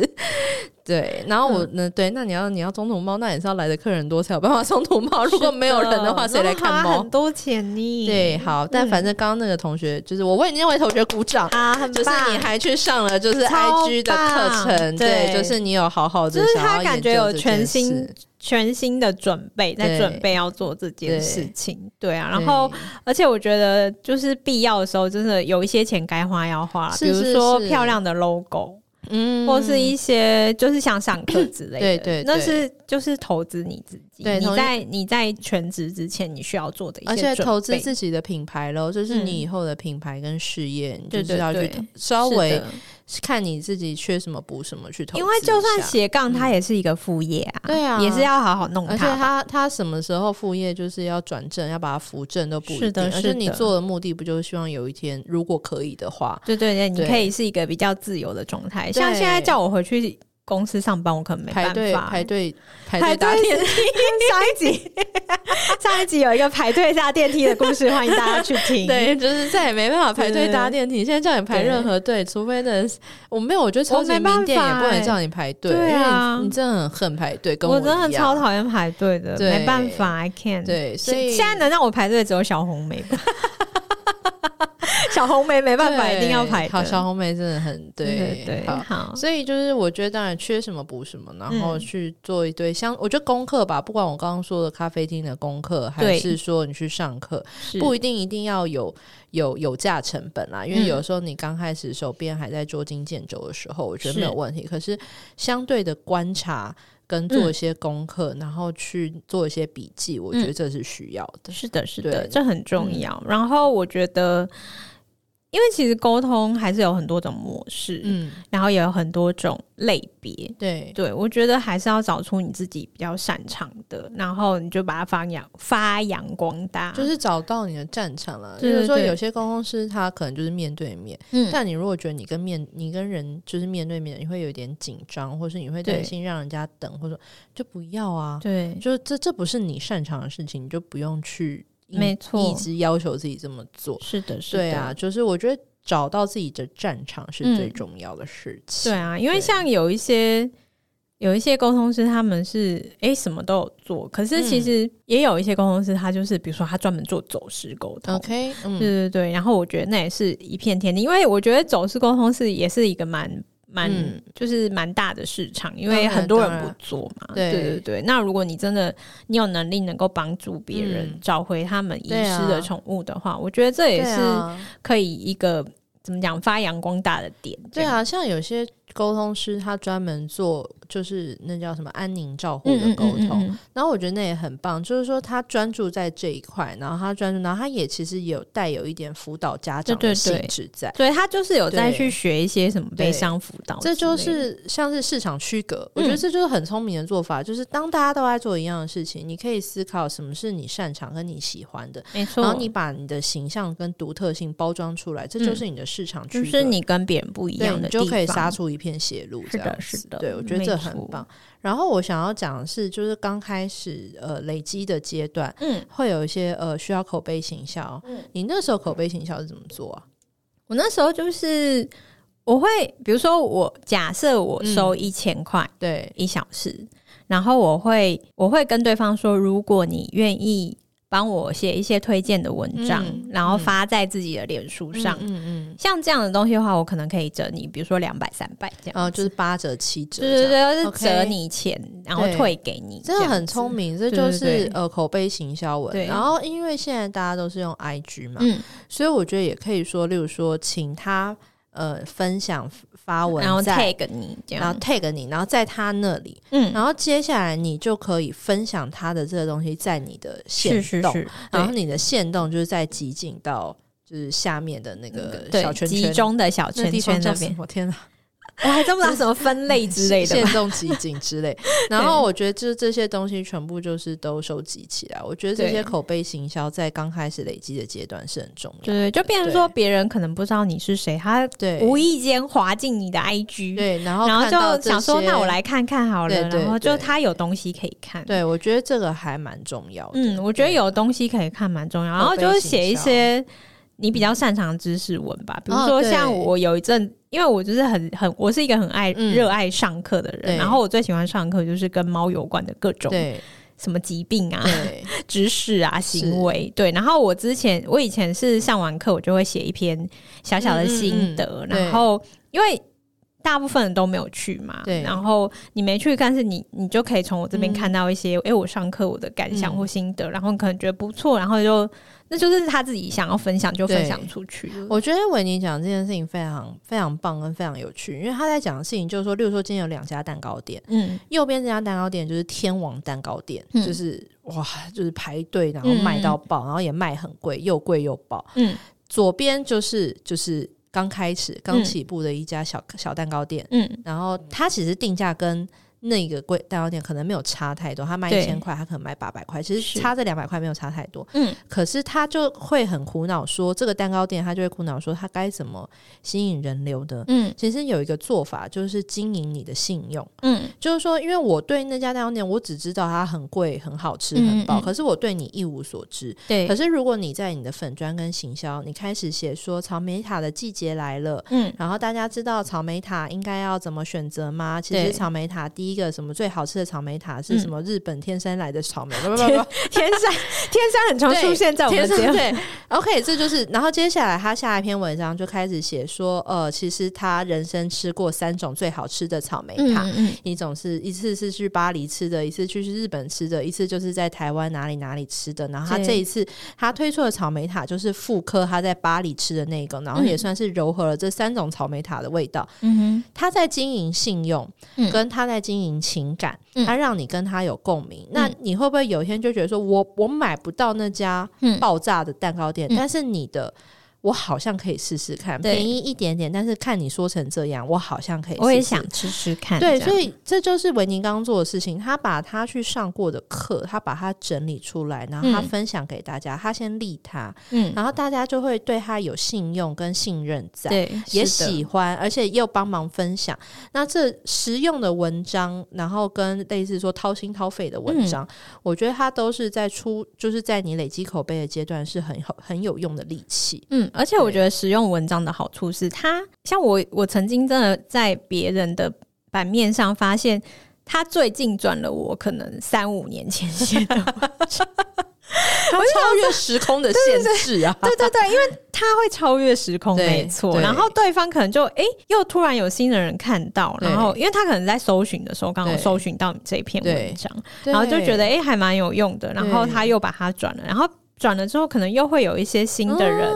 Speaker 1: 对，然后我
Speaker 2: 嗯
Speaker 1: 那、对，那你要你要中途猫，那也是要来的客人多才有办法中途猫。如果没有人的话，谁来看
Speaker 2: 花
Speaker 1: 猫
Speaker 2: 很？多钱呢？
Speaker 1: 对，好，但反
Speaker 2: 嗯
Speaker 1: 正刚刚那个同学，就是我为那位同学鼓掌，
Speaker 2: 啊，很
Speaker 1: 就是
Speaker 2: 棒。
Speaker 1: 你还去上了就是
Speaker 2: 超
Speaker 1: IG 的课程，
Speaker 2: 棒
Speaker 1: 对，
Speaker 2: 对
Speaker 1: 就是你有好好的，
Speaker 2: 就是他感觉有全心全新的准备，在
Speaker 1: 对
Speaker 2: 准备要做这件事情，对啊。然
Speaker 1: 对
Speaker 2: 后，而且我觉得就是必要的时候，真的有一些钱该花要花，
Speaker 1: 是
Speaker 2: 比如说
Speaker 1: 是是
Speaker 2: 漂亮的 logo，
Speaker 1: 嗯
Speaker 2: 或是一些就是像上课
Speaker 1: [coughs]
Speaker 2: 之类的，
Speaker 1: 对对对
Speaker 2: 那是就是投资你自己。
Speaker 1: 对
Speaker 2: 你
Speaker 1: 同
Speaker 2: 在你在全职之前，你需要做的一些
Speaker 1: 而且
Speaker 2: 准
Speaker 1: 投资
Speaker 2: 备
Speaker 1: 自己的品牌咯，就是你
Speaker 2: 嗯
Speaker 1: 以后的品牌跟事业，你
Speaker 2: 对
Speaker 1: 就是
Speaker 2: 对
Speaker 1: 要去
Speaker 2: 对
Speaker 1: 投稍
Speaker 2: 是
Speaker 1: 微
Speaker 2: 的
Speaker 1: 看你自己缺什么补什么去投资一
Speaker 2: 因
Speaker 1: 下。嗯
Speaker 2: 为就算斜杠，它也是一个副业啊，
Speaker 1: 对啊
Speaker 2: 也是要好好弄
Speaker 1: 而且
Speaker 2: 它
Speaker 1: 他
Speaker 2: 吧。
Speaker 1: 他什么时候副业就是要转正，要把它扶正都不一定。
Speaker 2: 是的
Speaker 1: 而
Speaker 2: 是
Speaker 1: 且你
Speaker 2: 的
Speaker 1: 做的目的不就是希望有一天，如果可以的话，
Speaker 2: 对对对，你
Speaker 1: 对
Speaker 2: 可以是一个比较自由的状态。
Speaker 1: 对
Speaker 2: 像现在叫我回去公司上班，我可能没办
Speaker 1: 排
Speaker 2: 法。
Speaker 1: 队排队排
Speaker 2: 排
Speaker 1: 队打
Speaker 2: 队
Speaker 1: 电
Speaker 2: 是 [laughs] 上
Speaker 1: [laughs]
Speaker 2: 一集，上一集有一个排队下电梯的故事，欢迎大家去听。
Speaker 1: 对，就是再也没办法排队
Speaker 2: 对
Speaker 1: 搭电梯。现在叫你排
Speaker 2: 对
Speaker 1: 任何队，除非那我没有，我觉得超
Speaker 2: 我
Speaker 1: 级
Speaker 2: 没办
Speaker 1: 名店也
Speaker 2: 法
Speaker 1: 不能
Speaker 2: 欸
Speaker 1: 叫你排队，
Speaker 2: 对啊
Speaker 1: 因为你你真的很恨排队，跟
Speaker 2: 我
Speaker 1: 一
Speaker 2: 真的
Speaker 1: 样
Speaker 2: 超讨厌排队的，
Speaker 1: 对
Speaker 2: 没办法，I can't。
Speaker 1: 对，所以
Speaker 2: 现在能让我排队的只有小红
Speaker 1: [laughs]
Speaker 2: 梅吧。小红梅没办法，
Speaker 1: 对
Speaker 2: 一定要排的。
Speaker 1: 好，小红梅真的很
Speaker 2: 对
Speaker 1: 对
Speaker 2: 对，
Speaker 1: 好。
Speaker 2: 好，
Speaker 1: 所以就是，我觉得当然缺什么补什么，然后
Speaker 2: 嗯
Speaker 1: 去做一堆像我觉得功课吧，不管我刚刚说的咖啡厅的功课，还
Speaker 2: 对
Speaker 1: 是说你去上课，
Speaker 2: 是
Speaker 1: 不一定一定要有有有价成本啦。因为
Speaker 2: 嗯
Speaker 1: 有时候你刚开始手边还在捉襟见肘的时候，我觉得
Speaker 2: 是
Speaker 1: 没有问题。可是相对的观察跟做
Speaker 2: 嗯
Speaker 1: 一些功课，然后去做一些笔记，我
Speaker 2: 嗯
Speaker 1: 觉得这是需要的。
Speaker 2: 是的，是的，
Speaker 1: 对嗯
Speaker 2: 这很重要。然后我觉得，因为其实沟通还是有很多种模式，
Speaker 1: 嗯，
Speaker 2: 然后也有很多种类别。
Speaker 1: 对，
Speaker 2: 对，我觉得还是要找出你自己比较擅长的，然后你就把它发扬发扬光大。
Speaker 1: 就是找到你的战场了。就
Speaker 2: 啊对
Speaker 1: 是说，
Speaker 2: 对对
Speaker 1: 有些公公司它可能就是面对面，
Speaker 2: 嗯，
Speaker 1: 但你如果觉得你跟面你跟人就是面对面，你会有点紧张，或是你会担
Speaker 2: 对
Speaker 1: 心让人家等，或者说就不要啊，
Speaker 2: 对，
Speaker 1: 就这这不是你擅长的事情，你就不用去硬
Speaker 2: 没错
Speaker 1: 一直要求自己这么做。
Speaker 2: 是的，是的，
Speaker 1: 对啊，就是我觉得找到自己的战场是
Speaker 2: 嗯
Speaker 1: 最重要的事情。
Speaker 2: 对啊，因为
Speaker 1: 对
Speaker 2: 像有一些有一些沟通师，他们是诶什么都有做，可是其
Speaker 1: 嗯
Speaker 2: 实也有一些沟通师，他就是比如说他专门做走失沟通。
Speaker 1: OK，
Speaker 2: 对
Speaker 1: 嗯，
Speaker 2: 对对，然后我觉得那也是一片天地，因为我觉得走私沟通是也是一个蛮蛮、
Speaker 1: 嗯
Speaker 2: 就是蛮大的市场，因
Speaker 1: 当
Speaker 2: 为
Speaker 1: 然
Speaker 2: 很多
Speaker 1: 当
Speaker 2: 人
Speaker 1: 然
Speaker 2: 不做嘛。
Speaker 1: 对
Speaker 2: 对对对，那如果你真的你有能力能够帮助别人、
Speaker 1: 嗯
Speaker 2: 找回他们遗
Speaker 1: 对啊
Speaker 2: 失的宠物的话，我觉得这也
Speaker 1: 对
Speaker 2: 是
Speaker 1: 啊
Speaker 2: 可以一个怎么讲发扬光大的点。
Speaker 1: 对，啊，像有些沟通师，他专门做就是那叫什么安宁照护
Speaker 2: 嗯
Speaker 1: 的
Speaker 2: 嗯
Speaker 1: 沟
Speaker 2: 嗯
Speaker 1: 通，
Speaker 2: 嗯嗯
Speaker 1: 然后我觉得那也很棒，就是说他专注在这一块，然后他专注，然后他也其实也有带有一点辅导家长
Speaker 2: 对
Speaker 1: 的
Speaker 2: 对
Speaker 1: 性
Speaker 2: 对
Speaker 1: 质在。
Speaker 2: 对他就是有再
Speaker 1: 对
Speaker 2: 去学一些什么悲伤辅导之
Speaker 1: 这就
Speaker 2: 类的，
Speaker 1: 是像是市场区隔，我觉得
Speaker 2: 嗯
Speaker 1: 这就是很聪明的做法。就是当大家都在做一样的事情，你可以思考什么是你擅长跟你喜欢的，
Speaker 2: 没错。
Speaker 1: 然后你把你的形象跟独特性包装出来，这就是你的市场区
Speaker 2: 嗯就
Speaker 1: 隔。
Speaker 2: 是你跟别人不一
Speaker 1: 对
Speaker 2: 样
Speaker 1: 你
Speaker 2: 的地
Speaker 1: 就
Speaker 2: 方，
Speaker 1: 可以杀出一片血路，
Speaker 2: 是
Speaker 1: 这
Speaker 2: 的
Speaker 1: 样
Speaker 2: 是
Speaker 1: 子
Speaker 2: 的
Speaker 1: 对我觉得
Speaker 2: 没
Speaker 1: 这很
Speaker 2: 错
Speaker 1: 棒。然后我想要讲的是，就是刚开始呃累积的阶段，
Speaker 2: 嗯，
Speaker 1: 会有一些呃需要口碑行销。你那时候口碑行销是怎么做啊？
Speaker 2: 我那时候就是我会，比如说我假设我
Speaker 1: 嗯
Speaker 2: 收一千块
Speaker 1: 对，
Speaker 2: 一小时，然后我会我会跟对方说，如果你愿意帮我写一些推荐的文章，
Speaker 1: 嗯
Speaker 2: 然后发在自己的脸书上。
Speaker 1: 嗯嗯，
Speaker 2: 像这样的东西的话，我可能可以折你，比如说两百、三百这样。
Speaker 1: 呃，就是八折七折，
Speaker 2: 对对对，就是
Speaker 1: OK
Speaker 2: 折你钱，然后
Speaker 1: 对
Speaker 2: 退给你，
Speaker 1: 真的很聪
Speaker 2: 明。
Speaker 1: 明，这
Speaker 2: 对
Speaker 1: 就
Speaker 2: 对
Speaker 1: 是
Speaker 2: 对
Speaker 1: 呃口碑行销文。
Speaker 2: 对
Speaker 1: 然后因为现在大家都是用 IG 嘛，
Speaker 2: 嗯，
Speaker 1: 所以我觉得也可以说，例如说请他呃分享发文
Speaker 2: 然后
Speaker 1: 在
Speaker 2: tag 你这
Speaker 1: 然后
Speaker 2: 样，
Speaker 1: tag 你，然后在他那里，
Speaker 2: 嗯，
Speaker 1: 然后接下来你就可以分享他的这个东西在你的线
Speaker 2: 是
Speaker 1: 动，
Speaker 2: 是是，
Speaker 1: 然后
Speaker 2: 对
Speaker 1: 你的线动就是在集锦到就是下面的那个
Speaker 2: 对
Speaker 1: 呃小圈圈
Speaker 2: 集中的小
Speaker 1: 那
Speaker 2: 圈
Speaker 1: 地
Speaker 2: 圈
Speaker 1: 方叫
Speaker 2: 那
Speaker 1: 什
Speaker 2: 边，
Speaker 1: 么？天哪！
Speaker 2: 我还真不知道什么分类 [laughs] 之 [laughs] 类的
Speaker 1: 线
Speaker 2: 吧。
Speaker 1: 动集锦之
Speaker 2: [laughs]
Speaker 1: 类。然后我觉得就是这些东西全部就是都收集起来。我觉得这些
Speaker 2: 对
Speaker 1: 口碑行销在刚开始累积的阶段是很重要
Speaker 2: 对
Speaker 1: 的。
Speaker 2: 对，就变成
Speaker 1: 对
Speaker 2: 说别人可能不知道你是谁，他
Speaker 1: 对
Speaker 2: 无意间滑进你的 IG，
Speaker 1: 对，然后
Speaker 2: 然后
Speaker 1: 看到
Speaker 2: 就
Speaker 1: 这
Speaker 2: 想说
Speaker 1: 些
Speaker 2: 那我。来看看好
Speaker 1: 对
Speaker 2: 了，
Speaker 1: 对
Speaker 2: 然后就
Speaker 1: 对
Speaker 2: 他有东西可以看。
Speaker 1: 对，我觉得这个还蛮重要的。
Speaker 2: 嗯，我觉得
Speaker 1: 对
Speaker 2: 有东西可以看蛮重要，然
Speaker 1: 口
Speaker 2: 后
Speaker 1: 碑
Speaker 2: 就是
Speaker 1: 行
Speaker 2: 写一
Speaker 1: 销
Speaker 2: 些你比较擅长的知识文吧，比如
Speaker 1: 哦
Speaker 2: 说像
Speaker 1: 对
Speaker 2: 我有一阵，因为我就是很很我是一个很爱
Speaker 1: 嗯
Speaker 2: 热爱上课的
Speaker 1: 对
Speaker 2: 人，然后我最喜欢上课就是跟猫有关的各种
Speaker 1: 对
Speaker 2: 什么疾病啊、
Speaker 1: 对
Speaker 2: 知识啊、行为对。然后我之前我以前是上完课，我就会写一篇小小的心得，
Speaker 1: 嗯嗯嗯
Speaker 2: 然后因为。大部分人都没有去嘛，
Speaker 1: 对
Speaker 2: 然后你没去，但是你你就可以从我这
Speaker 1: 嗯
Speaker 2: 边看到一些，诶，我上课我的感想
Speaker 1: 嗯
Speaker 2: 或心得，然后你可能觉得不错，然后就那就是他自己想要分享就分
Speaker 1: 对
Speaker 2: 享出去了。
Speaker 1: 我觉得维尼讲这件事情非常非常棒跟非常有趣，因为他在讲的事情就是说，例如说今天有两家蛋糕店，
Speaker 2: 嗯，
Speaker 1: 右边这家蛋糕店就是天王蛋糕店，
Speaker 2: 嗯
Speaker 1: 就是哇，就是排队然后卖到爆，然后也卖很贵，又贵又爆。
Speaker 2: 嗯，
Speaker 1: 左边就是就是刚开始刚
Speaker 2: 嗯
Speaker 1: 起步的一家小、小蛋糕店，
Speaker 2: 嗯，
Speaker 1: 然后它其实定价跟那个贵蛋糕店可能没有差太多，它卖一
Speaker 2: 对
Speaker 1: 千块，它可能卖八百块，其实
Speaker 2: 是
Speaker 1: 差这两百块没有差太多。
Speaker 2: 嗯，
Speaker 1: 可是他就会很苦恼说，这个蛋糕店他就会苦恼说，他该怎么吸引人流的？
Speaker 2: 嗯
Speaker 1: 其实有一个做法就是经营你的信用。
Speaker 2: 嗯
Speaker 1: 就是说，因为我对那家蛋糕店，我只知道它很贵、很好吃、很饱，
Speaker 2: 嗯嗯
Speaker 1: 可是我对你一无所知。
Speaker 2: 对
Speaker 1: 可，是如果你在你的粉砖跟行销，你开始写说草莓塔的季节来了。
Speaker 2: 嗯
Speaker 1: 然后大家知道草莓塔应该要怎么选择吗？其实
Speaker 2: 对嗯
Speaker 1: 草莓塔第一个什么最好吃的草莓塔是什么？日本天山来的草莓，不不不不
Speaker 2: [laughs] 天天山天山很常
Speaker 1: 对
Speaker 2: 出现在我们
Speaker 1: 天
Speaker 2: 的节
Speaker 1: 山
Speaker 2: 目，
Speaker 1: 对，OK，这 [laughs] 就是。然后接下来他下一篇文章就开始写说，呃，其实他人生吃过三种最好吃的草莓塔，
Speaker 2: 嗯
Speaker 1: 一种是一次是去巴黎吃的，一次去日本吃的，一次就是在台湾哪里哪里吃的。然后他
Speaker 2: 对
Speaker 1: 这一次他推出的草莓塔就是复刻他在巴黎吃的那个，然后也
Speaker 2: 嗯
Speaker 1: 算是柔合了这三种草莓塔的味道。
Speaker 2: 嗯
Speaker 1: 他在经营信用，
Speaker 2: 嗯
Speaker 1: 跟他在经营情感，
Speaker 2: 嗯
Speaker 1: 他让你跟他有共鸣。那你会不会有一天就觉得说我我买不到那家
Speaker 2: 嗯
Speaker 1: 爆炸的蛋糕店，
Speaker 2: 嗯
Speaker 1: 但是你的。我好像可以试试看，
Speaker 2: 对
Speaker 1: 便宜一点点，但是看你说成这样，我好像可以试试。
Speaker 2: 我也想吃吃看这样。
Speaker 1: 对，所以这就是维尼刚刚做的事情。他把他去上过的课，他把它整理出来，然后他
Speaker 2: 嗯
Speaker 1: 分享给大家。他先立他，
Speaker 2: 嗯，
Speaker 1: 然后大家就会对他有信用跟信任在，
Speaker 2: 对，
Speaker 1: 也
Speaker 2: 是的
Speaker 1: 喜欢，而且又帮忙分享。那这实用的文章，然后跟类似说掏心掏肺的
Speaker 2: 嗯
Speaker 1: 文章，我觉得它都是在出，就是在你累积口碑的阶段是很有很有用的利器。
Speaker 2: 嗯，而且我
Speaker 1: 对
Speaker 2: 觉得实用文章的好处是它，像我，我曾经真的在别人的版面上发现，他最近转了我可能三五年前写
Speaker 1: [laughs]
Speaker 2: 的文章，
Speaker 1: 它超越时空的限制啊！
Speaker 2: 对对对，因为他会超越时空，
Speaker 1: 对
Speaker 2: 没错。
Speaker 1: 对
Speaker 2: 然后对方可能就诶，又突然有新的人看到，
Speaker 1: 对
Speaker 2: 然后因为他可能在搜寻的时候刚好
Speaker 1: 对
Speaker 2: 搜寻到你这篇
Speaker 1: 对
Speaker 2: 文章，然后就觉得诶还蛮有用的，然后
Speaker 1: 对
Speaker 2: 他又把它转了，然后转了之后可能又会有一些新的人。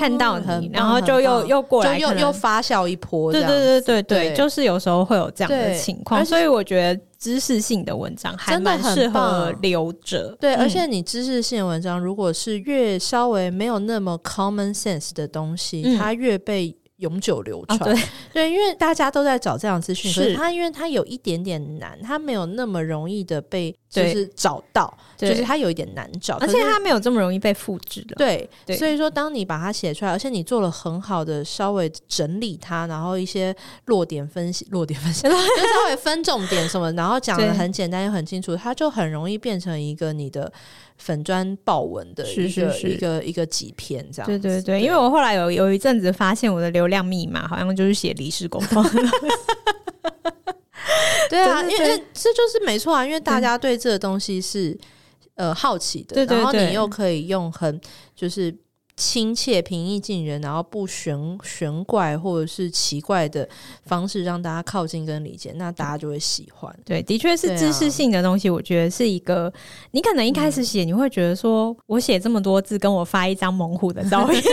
Speaker 2: 看到
Speaker 1: 嗯
Speaker 2: 你，哦然后就又又过
Speaker 1: 就
Speaker 2: 来，
Speaker 1: 又
Speaker 2: 可能
Speaker 1: 又发酵一波这
Speaker 2: 对
Speaker 1: 样，
Speaker 2: 对对对对，
Speaker 1: 对
Speaker 2: 就是有时候会有这样的
Speaker 1: 对
Speaker 2: 情
Speaker 1: 而
Speaker 2: 况，
Speaker 1: 且
Speaker 2: 所以我觉得知识性的文章还
Speaker 1: 真的
Speaker 2: 蛮
Speaker 1: 很
Speaker 2: 适合
Speaker 1: 棒
Speaker 2: 留着。
Speaker 1: 对，
Speaker 2: 嗯
Speaker 1: 而且你知识性的文章，如果是越稍微没有那么 common sense 的东西，
Speaker 2: 嗯
Speaker 1: 它越被永久流
Speaker 2: 啊，
Speaker 1: 传。
Speaker 2: 对，
Speaker 1: 哦对，因为大家都在找这样的资讯，可是
Speaker 2: 是
Speaker 1: 它因为它有一点点难，它没有那么容易的被就
Speaker 2: 对
Speaker 1: 是找到，就
Speaker 2: 对
Speaker 1: 是它有一点难找，
Speaker 2: 而
Speaker 1: 可
Speaker 2: 且
Speaker 1: 是
Speaker 2: 它没有这么容易被复制的。
Speaker 1: 对，
Speaker 2: 对
Speaker 1: 所以说当你把它写出来，而且你做了很好的稍微整理它，然后一些落点分析、落点分
Speaker 2: [laughs]
Speaker 1: 析，就稍微分重点什么，然后讲的
Speaker 2: 对
Speaker 1: 很简单又很清楚，它就很容易变成一个你的粉砖爆文的一个
Speaker 2: 是是是
Speaker 1: 一个一个几篇这样
Speaker 2: 对
Speaker 1: 子。
Speaker 2: 对对，因为我后来有有一阵子发现我的流量密码好像就是写离世沟通，
Speaker 1: 对啊，
Speaker 2: 对
Speaker 1: 因
Speaker 2: 对
Speaker 1: [laughs]
Speaker 2: 对
Speaker 1: 啊为这就是没错啊，因为大家对这个东西是。呃好奇的，
Speaker 2: 对对
Speaker 1: 然后
Speaker 2: 对
Speaker 1: 你又可以用很就是亲切、平易近人，然后不玄玄怪或者是奇怪的方式让大家靠近跟理解，那大家就会喜欢。
Speaker 2: 对，的
Speaker 1: 对
Speaker 2: 确是
Speaker 1: 啊
Speaker 2: 知识性的东西，我觉得是一个。你可能
Speaker 1: 嗯
Speaker 2: 一开始写，你会觉得说我写这么多字，跟我发一张猛虎的
Speaker 1: [laughs]
Speaker 2: 照片。因为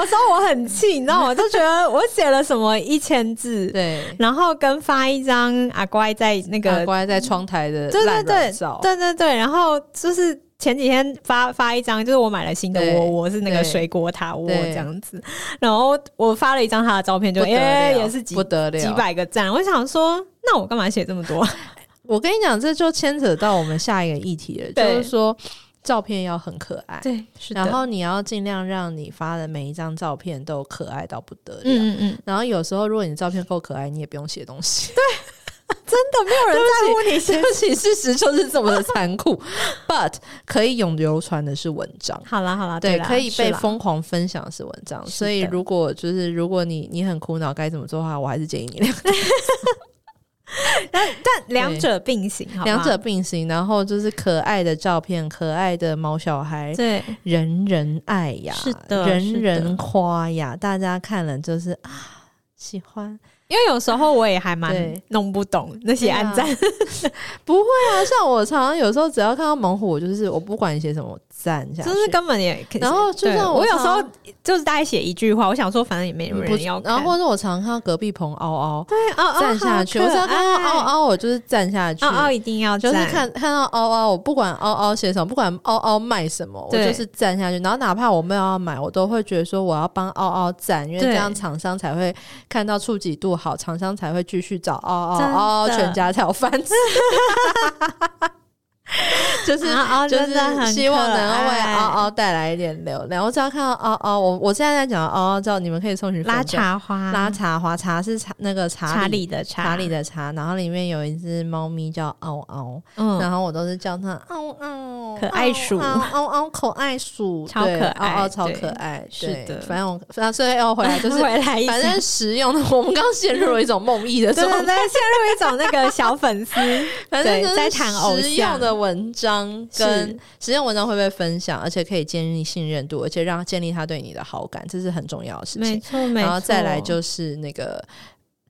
Speaker 2: 有时候我很气，你知道吗，我就觉得我写了什么一千字，
Speaker 1: 对，
Speaker 2: 然后跟发一张阿乖在那
Speaker 1: 那个
Speaker 2: 个，
Speaker 1: 关在窗台的
Speaker 2: 对对
Speaker 1: 烂
Speaker 2: 对
Speaker 1: 软照，
Speaker 2: 对对对，然后就是前几天发发一张，就是我买了新的
Speaker 1: 对
Speaker 2: 窝窝，是那个
Speaker 1: 对
Speaker 2: 水果塔窝
Speaker 1: 对
Speaker 2: 这样子，然后我发了一张他的照片，就
Speaker 1: 不得了，
Speaker 2: 哎、也是几
Speaker 1: 不得了，
Speaker 2: 几百个赞，我想说，那我干嘛写这么
Speaker 1: [laughs]
Speaker 2: 多？
Speaker 1: 我跟你讲，这就牵扯到我们下一个议题了，就
Speaker 2: 对
Speaker 1: 是说照片要很可爱，
Speaker 2: 对，是
Speaker 1: 然后你要尽量让你发的每一张照片都可爱到不得了。
Speaker 2: 嗯嗯嗯，
Speaker 1: 然后有时候，如果你照片够可爱，你也不用写东
Speaker 2: [laughs]
Speaker 1: 西。 [laughs]
Speaker 2: 真的没有人在乎你
Speaker 1: 对
Speaker 2: 写。
Speaker 1: 不起，事实就是这么的残酷。But 可以永流传的是文章，
Speaker 2: 好啦好啦，
Speaker 1: 对，
Speaker 2: 啊啦
Speaker 1: 可以被。
Speaker 2: 是啦
Speaker 1: 疯狂分享的是文章。
Speaker 2: 是
Speaker 1: 所以
Speaker 2: 的
Speaker 1: 如果就是如果你你很苦恼该怎么做的话，我还是建议你两
Speaker 2: 但两者并行，好不好
Speaker 1: 两者并行，然后就是可爱的照片、可爱的毛小孩，
Speaker 2: 对，
Speaker 1: 人人爱呀，
Speaker 2: 是的是
Speaker 1: 人
Speaker 2: 的
Speaker 1: 人夸呀，大家看了就是啊。喜欢
Speaker 2: 因为有时候我也还蛮
Speaker 1: 对啊
Speaker 2: 弄不懂那些暗赞，
Speaker 1: 不会啊，像我常常有时候只要看到猛虎，我就是我不管你写什么我赞下去，
Speaker 2: 就是根本也可以。
Speaker 1: 啊然后就
Speaker 2: 对
Speaker 1: 像
Speaker 2: 我有
Speaker 1: 常嗯
Speaker 2: 时候就是大概写一句话，我想说反正也没有
Speaker 1: 不
Speaker 2: 人要看，
Speaker 1: 然后或者我常常看到隔壁棚嗷嗷
Speaker 2: 对嗷嗷
Speaker 1: 赞下去，
Speaker 2: 好
Speaker 1: 我哦
Speaker 2: 可
Speaker 1: 只要看到嗷
Speaker 2: 爱
Speaker 1: 嗷，我就是赞下去，
Speaker 2: 嗷嗷一定要
Speaker 1: 就是
Speaker 2: 赞
Speaker 1: 看看到嗷嗷，我不管嗷嗷写什么，不管嗷嗷卖什么，我
Speaker 2: 对
Speaker 1: 就是赞下去。然后哪怕我没有要买，我都会觉得说我要帮嗷嗷赞，因为这
Speaker 2: 对
Speaker 1: 样厂商才会看到触及度好，厂商才会继续找嗷嗷
Speaker 2: 真的
Speaker 1: 嗷嗷全家才有饭
Speaker 2: [laughs]
Speaker 1: 吃。就是
Speaker 2: 嗷嗷
Speaker 1: 就
Speaker 2: 哦啊真的很
Speaker 1: 是希望
Speaker 2: 可
Speaker 1: 能哦够为
Speaker 2: 爱
Speaker 1: 嗷嗷带来一点流量。我只要看到嗷嗷，我我现在在讲嗷嗷之后，你们可以搜寻
Speaker 2: 拉
Speaker 1: 粉钻
Speaker 2: 茶花
Speaker 1: 拉茶花茶是茶那个茶
Speaker 2: 查
Speaker 1: 里
Speaker 2: 理的查
Speaker 1: 茶里，的茶，然后里面有一只猫咪叫嗷嗷。然
Speaker 2: 嗯，
Speaker 1: 后我都是叫它嗷嗷
Speaker 2: 可爱鼠
Speaker 1: 嗷嗷嗷可爱鼠，
Speaker 2: 超
Speaker 1: 对
Speaker 2: 可
Speaker 1: 嗷嗷
Speaker 2: 爱
Speaker 1: 超
Speaker 2: 对
Speaker 1: 可爱，
Speaker 2: 是
Speaker 1: 对
Speaker 2: 的
Speaker 1: 反正我反正所以要回来就是，
Speaker 2: [laughs] 回来一下，
Speaker 1: 反正实用的，我们刚陷入了一种梦呓的
Speaker 2: [laughs] 对
Speaker 1: 状
Speaker 2: 对
Speaker 1: 态，
Speaker 2: 对，陷入一种那个小
Speaker 1: [laughs]
Speaker 2: 粉丝，
Speaker 1: 反正
Speaker 2: 对
Speaker 1: 就是
Speaker 2: 在谈偶
Speaker 1: 实
Speaker 2: 像
Speaker 1: 用的文章
Speaker 2: 是
Speaker 1: 跟实用文章会被分享，而且可以建立信任度，而且让建立他对你的好感，这是很重要的事情。
Speaker 2: 错没
Speaker 1: 然后再来就是那个。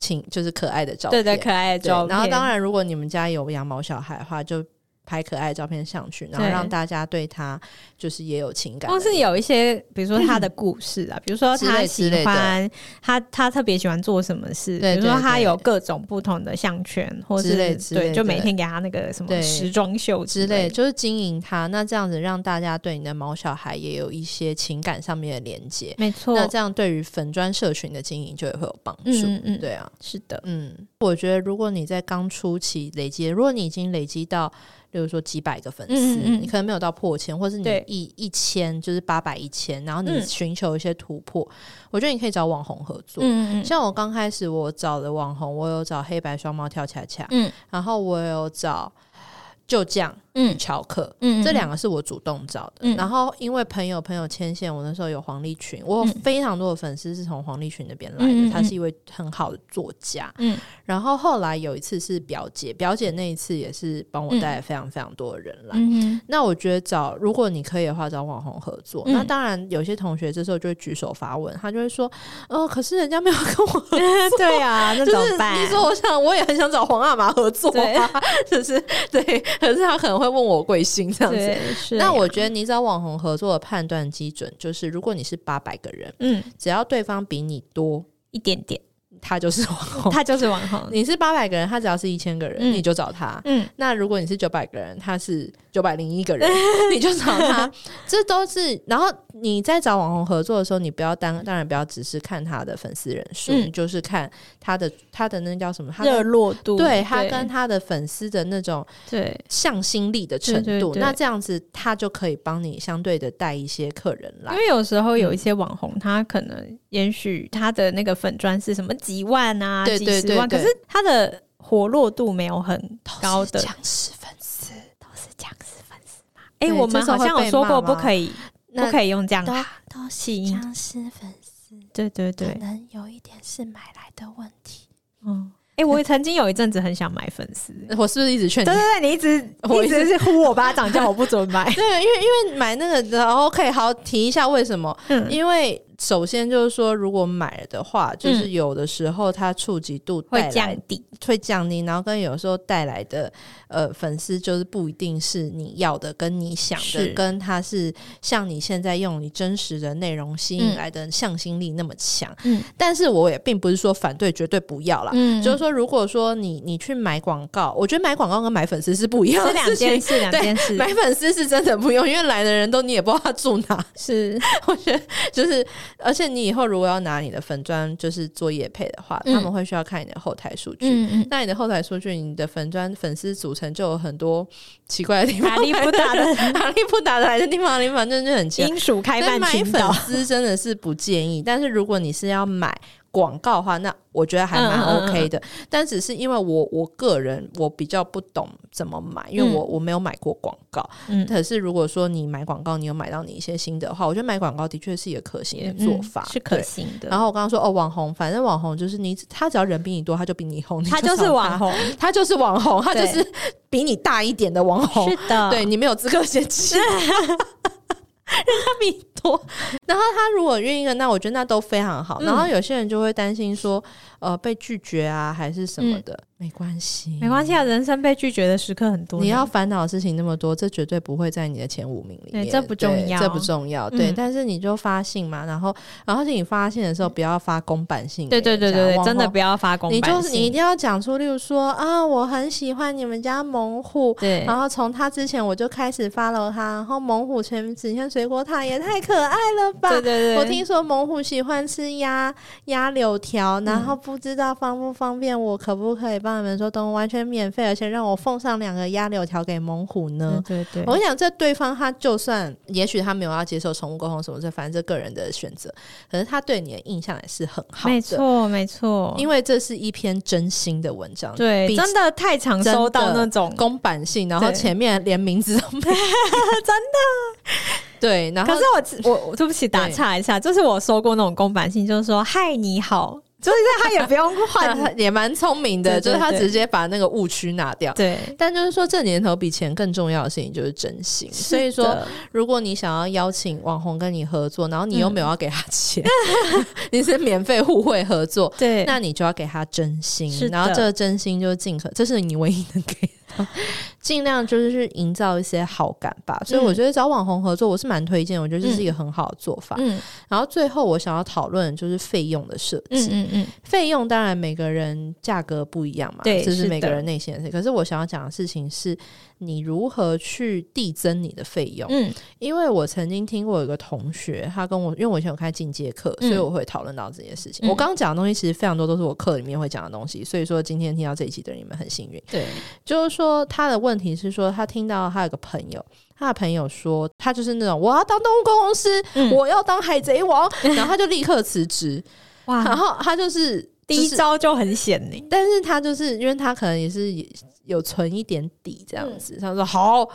Speaker 1: 请就是可爱的照
Speaker 2: 对
Speaker 1: 片，
Speaker 2: 对可爱的
Speaker 1: 对
Speaker 2: 照片，
Speaker 1: 然后当然，如果你们家有养毛小孩的话，就拍可爱的照片上去，然后
Speaker 2: 对
Speaker 1: 让大家对他就是也有情感的。
Speaker 2: 光是有一些，比如说他的故事啊，比如说
Speaker 1: 嗯之类
Speaker 2: 他
Speaker 1: 之
Speaker 2: 喜
Speaker 1: 类的
Speaker 2: 欢他他特别喜欢做什么事，
Speaker 1: 对
Speaker 2: 比如说
Speaker 1: 对
Speaker 2: 他
Speaker 1: 对
Speaker 2: 有各种不同的项圈，或
Speaker 1: 之
Speaker 2: 是
Speaker 1: 类之类
Speaker 2: 对，就
Speaker 1: 的
Speaker 2: 每天给他那个什
Speaker 1: 对
Speaker 2: 么时装秀
Speaker 1: 之类，
Speaker 2: 类的。
Speaker 1: 就是经营他，那这样子让大家对你的毛小孩也有一些情感上面的连接，
Speaker 2: 没错，
Speaker 1: 那这样对于粉砖社群的经营就会有帮助。
Speaker 2: 嗯嗯嗯，，
Speaker 1: 对啊，
Speaker 2: 是的，
Speaker 1: 嗯，我觉得如果你在刚初期累积，如果你已经累积到，例如说几百个粉丝，
Speaker 2: 嗯嗯嗯
Speaker 1: 你可能没有到破千，或是你
Speaker 2: 对
Speaker 1: 一一千就是八百一千，然后你
Speaker 2: 嗯
Speaker 1: 寻求一些突破，我觉得你可以找网红合作。
Speaker 2: 嗯
Speaker 1: 像我刚开始我找的网红，我有找黑白双猫跳恰恰，
Speaker 2: 嗯
Speaker 1: 然后我有找就酱
Speaker 2: 嗯
Speaker 1: 乔克。
Speaker 2: 嗯
Speaker 1: 这两个是我主动找的，
Speaker 2: 嗯
Speaker 1: 然后因为朋友朋友牵线，我那时候有黄立群，我有非常多的粉丝是从黄立群那边来的，
Speaker 2: 嗯嗯嗯嗯
Speaker 1: 他是一位很好的作家，
Speaker 2: 嗯
Speaker 1: 然后后来有一次是表姐，表姐那一次也是帮我带来非常非常多的人来。
Speaker 2: 嗯
Speaker 1: 那我觉得找，如果你可以的话，找网红合作。
Speaker 2: 嗯
Speaker 1: 那当然，有些同学这时候就会举手发问，他就会说：“哦、可是人家没有跟我 [laughs] 合
Speaker 2: 哼，对啊，那
Speaker 1: 就
Speaker 2: 怎
Speaker 1: 是
Speaker 2: 么办？
Speaker 1: 你说我想，我也很想找皇阿玛合作
Speaker 2: 对
Speaker 1: 啊， [laughs] 就是对，可是他可能会问我贵姓这样子。
Speaker 2: 对，是
Speaker 1: 那
Speaker 2: 啊
Speaker 1: 我觉得你找网红合作的判断基准就是，如果你是八百个人，
Speaker 2: 嗯
Speaker 1: 只要对方比你多，
Speaker 2: 一点点，
Speaker 1: 他就是网红。
Speaker 2: 他就是网红，
Speaker 1: 你是八百个人，他只要是一千个人，
Speaker 2: 嗯
Speaker 1: 你就找他。
Speaker 2: 嗯
Speaker 1: 那如果你是九百个人，他是九百零一
Speaker 2: [laughs]
Speaker 1: 个人，你就找他。这都是，然后你在找网红合作的时候，你不要当，当然不要只是看他的粉丝人数，
Speaker 2: 嗯
Speaker 1: 你就是看他的他的那叫什么，他的
Speaker 2: 热络度，
Speaker 1: 对他跟他的粉丝的那种
Speaker 2: 对
Speaker 1: 向心力的程度，
Speaker 2: 对对对
Speaker 1: 那这样子他就可以帮你相对的带一些客人来
Speaker 2: 因。为有时候
Speaker 1: 嗯
Speaker 2: 有一些网红，他可能也许他的那个粉砖是什么几万啊、
Speaker 1: 对对
Speaker 2: 几十万，
Speaker 1: 对
Speaker 2: 可
Speaker 1: 对
Speaker 2: 是他的活络度没有很高的。
Speaker 1: 强势粉丝，
Speaker 2: 哎、
Speaker 1: 对
Speaker 2: 我们好像有说过
Speaker 1: 这时候会被骂吗
Speaker 2: 不可以，不
Speaker 1: 那
Speaker 2: 可以用这样
Speaker 3: 都
Speaker 2: 都吸引。
Speaker 3: 僵尸粉丝
Speaker 2: 对对对
Speaker 3: 可，能有一点是买来的问题，
Speaker 2: 嗯。哎、哎、我也曾经有一阵子很想买粉丝，
Speaker 1: 我是不是一直劝你
Speaker 2: 对？对对，你一直
Speaker 1: [laughs] 我
Speaker 2: 一
Speaker 1: 一直。
Speaker 2: 直是呼我巴掌，叫我不准买
Speaker 1: 对，因为因为买那个的 OK，好提一下为什么？
Speaker 2: 嗯，
Speaker 1: 因为首先就是说，如果买了的话，就是有的时候它触及度带
Speaker 2: 会
Speaker 1: 来
Speaker 2: 降低。
Speaker 1: [laughs] 嗯会降低，然后跟有时候带来的呃粉丝就是不一定是你要的，跟你想的
Speaker 2: 是，
Speaker 1: 跟它是像你现在用你真实的内容吸引来的向心力那么强。
Speaker 2: 嗯
Speaker 1: 但是我也并不是说反对，绝对不要啦。
Speaker 2: 嗯
Speaker 1: 就是说，如果说你你去买广告，我觉得买广告跟买粉丝是不一样
Speaker 2: 这
Speaker 1: 的
Speaker 2: 两
Speaker 1: 事情
Speaker 2: 件事，两
Speaker 1: 对
Speaker 2: 件事
Speaker 1: 买粉丝是真的不用，因为来的人都你也不知道他住哪。
Speaker 2: 是
Speaker 1: [laughs] 我觉得就是，而且你以后如果要拿你的粉砖就是做业配的话，
Speaker 2: 嗯
Speaker 1: 他们会需要看你的后台数据。
Speaker 2: 嗯
Speaker 1: 那你的后台数据，你的粉砖粉丝组成就有很多奇怪的地方，
Speaker 2: 阿力不
Speaker 1: [laughs]
Speaker 2: 打的
Speaker 1: 哪里不打的来的地方，你反正就很奇怪。
Speaker 2: 英属开
Speaker 1: 但
Speaker 2: 曼
Speaker 1: 买
Speaker 2: 群
Speaker 1: 粉
Speaker 2: 岛，
Speaker 1: 丝真的是不建议， [laughs] 但是如果你是要买广告的话，那我觉得还蛮
Speaker 2: 嗯嗯嗯
Speaker 1: OK 的。但只是因为我我个人我比较不懂怎么买，因为我、我没有买过广告。
Speaker 2: 嗯
Speaker 1: 可是如果说你买广告，你有买到你一些新的话，我觉得买广告的确是一个可行的做法，
Speaker 2: 嗯是可
Speaker 1: 对。
Speaker 2: 行的。
Speaker 1: 然后我刚刚说哦，网红，反正网红就是你，他只要人比你多，他就比你红，
Speaker 2: 他
Speaker 1: 你
Speaker 2: 就是
Speaker 1: 找
Speaker 2: 网，红，
Speaker 1: 他就是网红，他就
Speaker 2: 对
Speaker 1: 是比你大一点的网红，
Speaker 2: [laughs] 是的，
Speaker 1: 对你没有资格嫌弃。 [laughs] 人家比你多，然后他如果愿意的，那我觉得那都非常好。
Speaker 2: 嗯
Speaker 1: 然后有些人就会担心说，呃，被拒绝啊，还是什么的，没关系，
Speaker 2: 没关系啊，人生被拒绝的时刻很多呢。
Speaker 1: 你要烦恼的事情那么多，这绝对不会在你的前五名里面。
Speaker 2: 对这不重
Speaker 1: 对
Speaker 2: 要
Speaker 1: 这不重要。对，
Speaker 2: 嗯
Speaker 1: 但是你就发信嘛，然后，然后你发信的时候不要发公版信给
Speaker 2: 对
Speaker 1: 人家，
Speaker 2: 对对对
Speaker 1: 往后
Speaker 2: 对，真的不要发公
Speaker 1: 你
Speaker 2: 版
Speaker 1: 就是你一
Speaker 2: 信
Speaker 1: 定要讲出，例如说啊，我很喜欢你们家猛虎。
Speaker 2: 对
Speaker 1: 然后从他之前我就开始 follow 他，然后猛虎前几天水果塔也太可爱了吧！
Speaker 2: 对对对，
Speaker 1: 我听说猛虎喜欢吃鸭鸭柳条，然
Speaker 2: 嗯
Speaker 1: 后不知道方不方便，我可不可以帮你们说东完全免费，而且让我奉上两个鸭柳条给猛虎呢？
Speaker 2: 对对
Speaker 1: 我
Speaker 2: 对，
Speaker 1: 想，这对方他就算也许他没有要接受宠物沟通什么，这反正这个人的选择，可是他对你的印象也是很好的。
Speaker 2: 没错没错，
Speaker 1: 因为这是一篇真心的文章，
Speaker 2: 对
Speaker 1: 比
Speaker 2: 真的太常
Speaker 1: 真
Speaker 2: 收
Speaker 1: 的
Speaker 2: 到那种
Speaker 1: 公版性，然后
Speaker 2: 对
Speaker 1: 前面连名字都没
Speaker 2: [laughs]
Speaker 1: 有，真的。 [laughs] 对，然后
Speaker 2: 可是我只我我对不起打
Speaker 1: 对
Speaker 2: 岔一下，就是我收过那种公版信，就是说嗨你好，就是 [laughs] 他也不用
Speaker 1: [laughs] 他
Speaker 2: 换，
Speaker 1: 也蛮聪明的，
Speaker 2: 对对
Speaker 1: 就是他
Speaker 2: 对
Speaker 1: 直接把那个误区拿掉。
Speaker 2: 对，
Speaker 1: 但就是说，这年头比钱更重要的事情就是真心。所以
Speaker 2: 是
Speaker 1: 说，
Speaker 2: 的
Speaker 1: 如果你想要邀请网红跟你合作，然后你又
Speaker 2: 嗯
Speaker 1: 没有要给他 [laughs] 钱，你是免费互惠合作，
Speaker 2: 对，
Speaker 1: 那你就要给他真心
Speaker 2: 是，的
Speaker 1: 然后这个真心就是尽可，这是你唯一能给的，
Speaker 2: [laughs]
Speaker 1: 尽量就是去营造一些好感吧。
Speaker 2: 嗯
Speaker 1: 所以我觉得找网红合作，我是蛮推荐，我觉得这是一个很好的做法。
Speaker 2: 嗯
Speaker 1: 然后最后我想要讨论的就是费用的设
Speaker 2: 嗯
Speaker 1: 计，
Speaker 2: 嗯嗯，
Speaker 1: 费用当然每个人价格不一样嘛，
Speaker 2: 对
Speaker 1: 这
Speaker 2: 是
Speaker 1: 是
Speaker 2: 的
Speaker 1: 每个人内心的事。可是我想要讲的事情是，你如何去递增你的费用。
Speaker 2: 嗯
Speaker 1: 因为我曾经听过有一个同学，他跟我，因为我以前有开进阶课，所
Speaker 2: 嗯
Speaker 1: 以我会讨论到这些事情。
Speaker 2: 嗯
Speaker 1: 我刚刚讲的东西其实非常多，都是我课里面会讲的东西，所以说今天听到这一集的你们很幸运。
Speaker 2: 对，
Speaker 1: 就是说他的问题是说，他听到他有个朋友，他的朋友说他就是那种我要当动物公司，
Speaker 2: 嗯
Speaker 1: 我要当海贼王，然后他就立刻辞
Speaker 2: [laughs]
Speaker 1: 职，然
Speaker 2: 哇，
Speaker 1: 后他就是
Speaker 2: 啊第一
Speaker 1: 就是
Speaker 2: 招就很险呢，
Speaker 1: 但是他就是因为他可能也是有存一点底这样
Speaker 2: 嗯
Speaker 1: 子，他说好，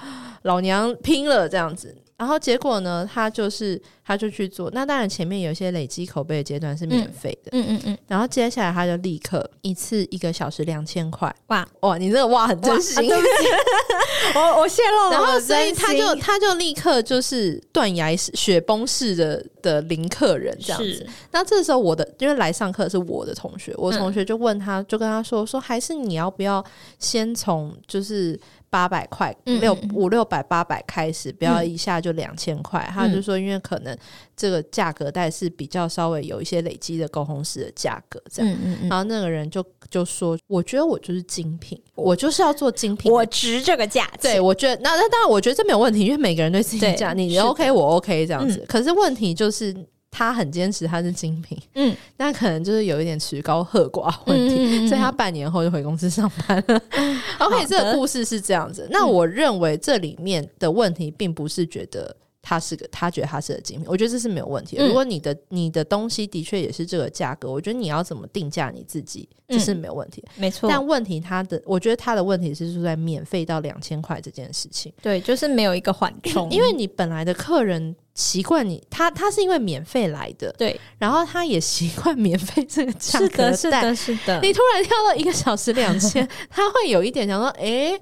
Speaker 1: 老娘拼了这样子。然后结果呢，他就是他就去做。那当然前面有一些累积口碑的阶段是免费的，
Speaker 2: 嗯嗯嗯，
Speaker 1: 然后接下来他就立刻一次一个小时两千块，
Speaker 2: 哇
Speaker 1: 哇，你这个哇很
Speaker 2: 哇
Speaker 1: 真
Speaker 2: 啊
Speaker 1: 心。
Speaker 2: 对不起 [laughs] 我我泄露
Speaker 1: [laughs]
Speaker 2: 了
Speaker 1: 然后，
Speaker 2: 我的
Speaker 1: 所以
Speaker 2: 真
Speaker 1: 他
Speaker 2: 心，
Speaker 1: 就他就立刻就是断崖式、雪崩式的的零客人这样子。
Speaker 2: 是
Speaker 1: 那这时候我的，因为来上课是我的同学，
Speaker 2: 嗯
Speaker 1: 我同学就问他，就跟他说说，还是你要不要先从就是八百块、
Speaker 2: 嗯
Speaker 1: 六
Speaker 2: 嗯嗯嗯
Speaker 1: 五六百、八百开始，不要一下就两千块。他就说，因为可能这个价格带是比较稍微有一些累积的沟通式的价格这样。
Speaker 2: 嗯嗯嗯。
Speaker 1: 然后那个人就就说，我觉得我就是精品，我就是要做精品的
Speaker 2: 我值这个价
Speaker 1: 对，
Speaker 2: 钱，
Speaker 1: 我觉得那那当然，我觉得这没有问题，因为每个人对自己
Speaker 2: 对
Speaker 1: 讲，
Speaker 2: 是
Speaker 1: 你
Speaker 2: 的
Speaker 1: OK 我 OK 这样子。可是问题就是，他很坚持他是精品，
Speaker 2: 嗯，
Speaker 1: 那可能就是有一点曲高和寡问题。
Speaker 2: 题
Speaker 1: 所以他半年后就回公司上班
Speaker 2: [laughs]
Speaker 1: 了。OK，
Speaker 2: 嗯好
Speaker 1: 这个
Speaker 2: 的嗯
Speaker 1: 故事是这样子。那我认为这里面的问题并不是觉得它是个他觉得它是个精品，我觉得这是没有问题的。
Speaker 2: 嗯
Speaker 1: 如果你的你的东西的确也是这个价格，我觉得你要怎么定价你自己，这是没有问题。
Speaker 2: 没嗯错，
Speaker 1: 但问题它的，我觉得它的问题是出在免费到两千块这件事情，
Speaker 2: 对，就是没有一个缓冲，
Speaker 1: 因为你本来的客人习惯你，他他是因为免费来的，
Speaker 2: 对，
Speaker 1: 然后他也习惯免费这个价
Speaker 2: 是
Speaker 1: 格
Speaker 2: 的，是
Speaker 1: 带
Speaker 2: 的，是的，
Speaker 1: 你突然跳到一个小时两
Speaker 2: [laughs]
Speaker 1: 千，他会有一点想说，诶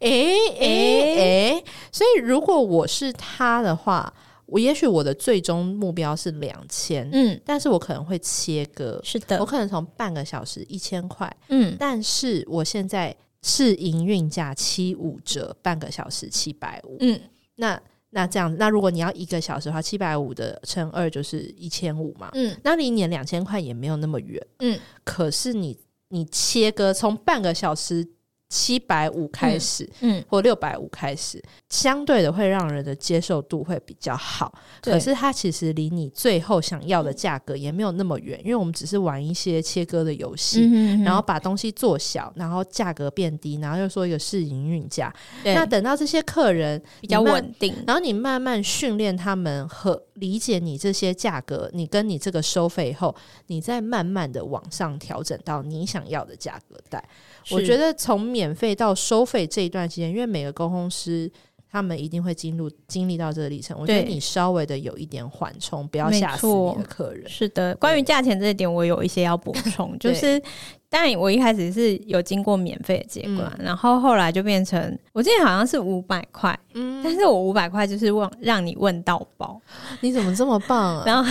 Speaker 1: 诶诶诶。所以如果我是他的话，我也许我的最终目标是两千、
Speaker 2: 嗯，
Speaker 1: 但是我可能会切割，
Speaker 2: 是
Speaker 1: 我
Speaker 2: 的，
Speaker 1: 可能从半个小时一千块，
Speaker 2: 嗯，
Speaker 1: 但是我现在是营运价七五折，半个小时七百五，
Speaker 2: 嗯，
Speaker 1: 那。那这样，那如果你要一个小时的话，七百五的乘二就是一千五嘛。
Speaker 2: 嗯，
Speaker 1: 那离你的两千块也没有那么远，
Speaker 2: 嗯，
Speaker 1: 可是你你切割从半个小时七百五开始，
Speaker 2: 嗯，
Speaker 1: 或六百五开始，相对的会让人的接受度会比较好。
Speaker 2: 对
Speaker 1: 可是它其实离你最后想要的价格也没有那么远，因为我们只是玩一些切割的游戏。
Speaker 2: 嗯
Speaker 1: 然后把东西做小，然后价格变低，然后又说一个是营运价。那
Speaker 2: 那
Speaker 1: 等到这些客人
Speaker 2: 比较
Speaker 1: 你慢
Speaker 2: 稳定，
Speaker 1: 然后你慢慢训练他们和理解你这些价格，你跟你这个收费后，你再慢慢的往上调整到你想要的价格带。我
Speaker 2: 是
Speaker 1: 觉得从免费到收费这一段期间，因为每个公司他们一定会进入经历到这个历程，我觉得
Speaker 2: 对
Speaker 1: 你稍微的有一点缓冲，不要
Speaker 2: 没
Speaker 1: 吓死
Speaker 2: 错
Speaker 1: 你的客人。
Speaker 2: 是的，关于价钱这一点，我有一些要补充，就
Speaker 1: 对
Speaker 2: 是当然我一开始是有经过免费的阶段，然后后来就变成我记得好像是五百块，
Speaker 1: 嗯，
Speaker 2: 但是我五百块就是忘让你问到饱，
Speaker 1: [laughs] 你怎么这么棒
Speaker 2: [laughs]
Speaker 1: 啊？
Speaker 2: 然后